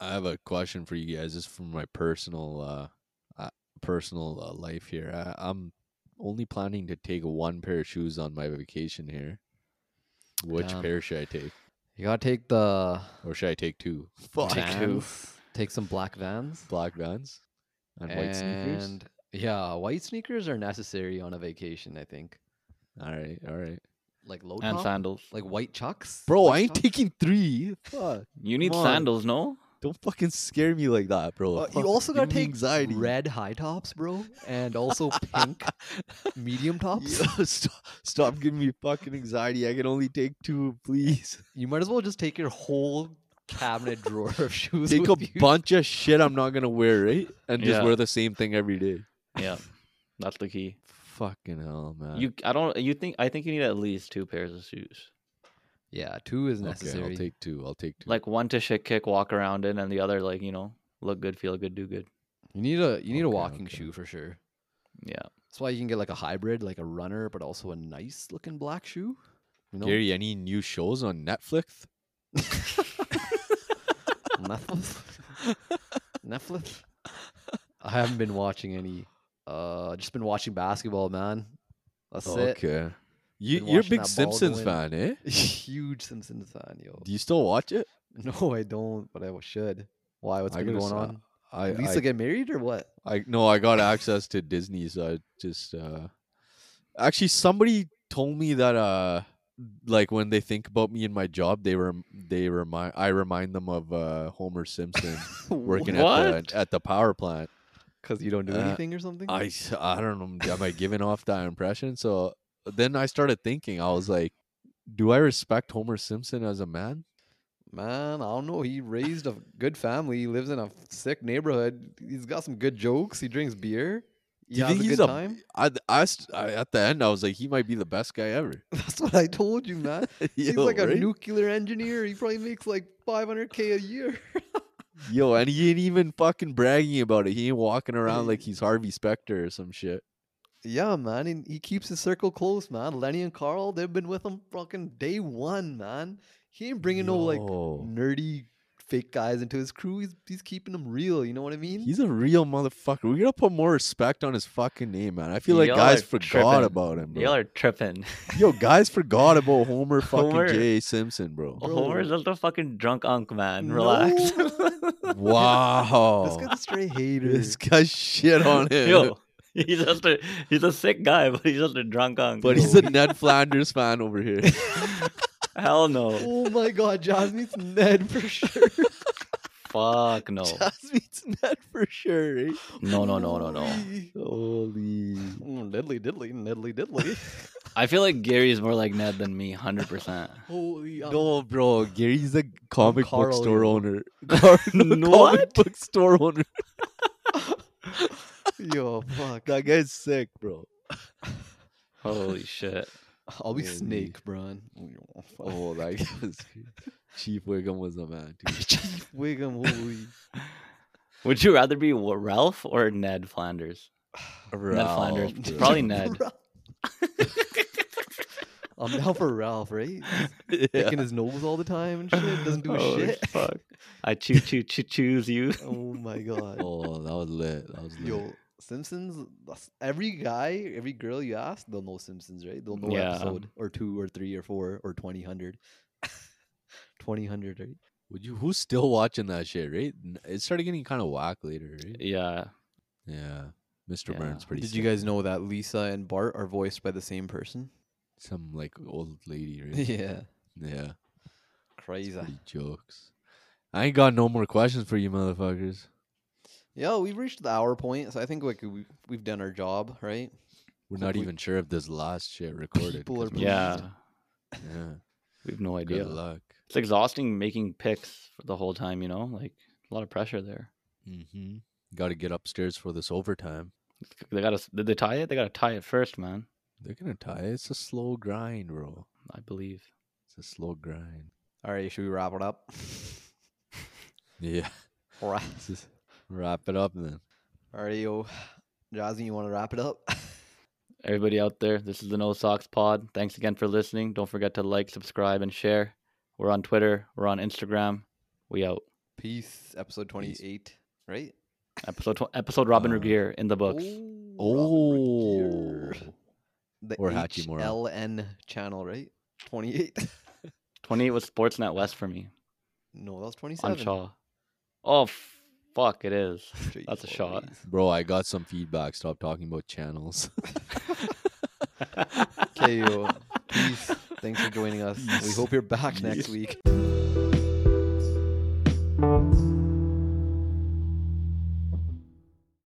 i have a question for you guys this is from my personal uh, uh personal uh, life here I, i'm only planning to take one pair of shoes on my vacation here which
Damn.
pair should i take
You gotta take the
or should i take two fuck
Take two.
vans, take some black vans,
black vans and white sneakers
and- Yeah, white sneakers are necessary on a vacation. I think
All right, all right.
like low
and
top,
sandals.
like white chucks.
Bro,
white
I ain't
chucks?
taking three. Fuck.
You need
on.
sandals, no?
Don't fucking scare me like that, bro.
Uh,
Fuck,
you also
give
gotta
me
take
anxiety.
red high tops, bro, and also pink medium tops.
Yo, stop, stop giving me fucking anxiety. I can only take two, please.
You might as well just take your whole cabinet drawer of shoes.
Take a
with you.
bunch of shit I'm not gonna wear, right? And just
Yeah.
wear the same thing every day.
Yeah, that's the key.
Fucking hell, man.
You, I don't. You think? I think you need at least two pairs of shoes.
Yeah, two is
okay?
necessary.
I'll take two. I'll take two.
Like one to shit kick, walk around in, and the other like you know, look good, feel good, do good.
You need a you need a
Okay,
walking
okay.
shoe for sure.
Yeah.
That's why you can get like a hybrid, like a runner, but also a nice looking black shoe. You know,
Gary, any new shows on Netflix?
Netflix. Netflix. I haven't been watching any. Uh, just been watching basketball, man. That's
Okay. You,
Been
you're a
watching
big
that ball
Simpsons
go
fan, eh?
it. Huge Simpsons fan, yo.
Do you still watch it?
No, I don't, but I should. Why? What's
I
been
gotta
going
sa-
on?
I,
Lisa
I
get married or what?
I no, I got access to Disney, so I just uh actually somebody told me that uh like when they think about me and my job, they rem- they remind I remind them of uh, Homer Simpson working at
What?
the at the power plant.
because you don't do
Uh,
anything or something.
I s- I don't know. Am I giving off that impression? So then I started thinking. I was like, do I respect Homer Simpson as a man?
Man, I don't know. He raised a good family. He lives in a sick neighborhood. He's got some good jokes. He drinks beer. He
Do you
has
think
a
he's
good
a-
time.
I, I, st- I at the end I was like, he might be the best guy ever.
That's what I told you, man. He's
Yo,
like a
right?
nuclear engineer. He probably makes like 500k a year.
Yo, and he ain't even fucking bragging about it. He ain't walking around like he's Harvey Specter or some shit.
yeah, man. And he keeps his circle close, man. Lenny and Carl, they've been with him fucking day one, man. He ain't bringing no like
Yo.
nerdy fake guys into his crew. He's, he's keeping them real. You know what I mean?
He's a real motherfucker. We gotta put more respect on his fucking name, man. I feel like
Y'all
guys
are
forgot
tripping.
about him,
Y'all
bro.
are tripping.
Yo, guys forgot about Homer fucking
Homer.
J. Simpson, bro.
Bro.
Homer's just a fucking drunk unk man.
No,
Relax.
man. This
Wow.
guy's a straight hater.
This guy shit on him.
Yo, he's just a he's a sick guy, but he's just a drunk unk.
But he's a Ned Flanders fan over here.
hell no.
Oh my god, Jasmine's Ned for sure.
Fuck
Oh.
no.
Jasmine's Ned for sure, right?
No no no no no.
Wee.
Holy.
Mm, Diddly diddly, diddly diddly.
I feel like Gary's more like Ned than me, hundred percent.
Holy, um,
No, bro. Gary's a comic book
Carl,
store
yo.
owner. Car- Comic
What?
book store owner.
Yo, fuck.
That guy's sick, bro.
Holy shit.
I'll be
Holy.
Snake, Bron. Yo, fuck.
Oh, that guy was. Chief Wiggum was a man, dude.
Chief Wiggum, holy.
Would you rather be Wa- Ralph or Ned Flanders? Flanders.
Ralph, bro.
Probably Ned.
Ra- I'm down for Ralph, right? He's
Yeah.
Picking his nose all the time and shit. Doesn't do
Holy
shit.
Fuck. I choo choo choo choose you.
Oh my god.
Oh, that was lit. That was lit.
Yo, Simpsons. that's- Every guy, every girl you ask, they'll know Simpsons, right? They'll know
Yeah.
episode or two or three or four or twenty hundred. Twenty hundred, right?
Would you? Who's still watching that shit? Right? N- It started getting kind of whack later. Right?
Yeah.
Yeah. Mr.
Yeah.
Burns, pretty.
Did you
sick.
guys know that Lisa and Bart are voiced by the same person?
Some like old lady, right?
yeah,
yeah.
crazy.
Pretty jokes. I ain't got no more questions for you, motherfuckers.
Yeah, we've reached the hour point, so I think like we we've done our job, right?
We're
Could
not
we-
even sure if this last shit recorded.
People are
'cause we-
Yeah.
Yeah.
We've no idea.
Good luck.
It's exhausting making picks for the whole time, you know? Like a lot of pressure there.
Mm-hmm. Got to get upstairs for this overtime.
They gotta did they tie it? They gotta tie it first, man.
They're gonna tie. it. It's a slow grind, bro.
I believe.
It's a slow grind.
All right, should we wrap it up?
Yeah.
All right,
Let's just wrap it up then.
all right, yo, Jasmine, you want to wrap it up?
Everybody out there, this is the No Socks Pod. Thanks again for listening. Don't forget to like, subscribe, and share. We're on Twitter. We're on Instagram. We out.
Peace, episode twenty-eight, right?
Episode tw- episode Robin
Uh,
Regeer in the books. Oh.
Oh.
Robert Gear. The
Or Hachimura.
HLN channel, right? 28.
Twenty eight was Sportsnet West for me
no, that was
on
27.
Shaw. Oh f- fuck! It is.
Jeez
That's a shot.
Louise.
Bro, I got some feedback. Stop talking about channels.
Okay, yo, peace. Thanks for joining us. We hope you're back next
Peace.
week.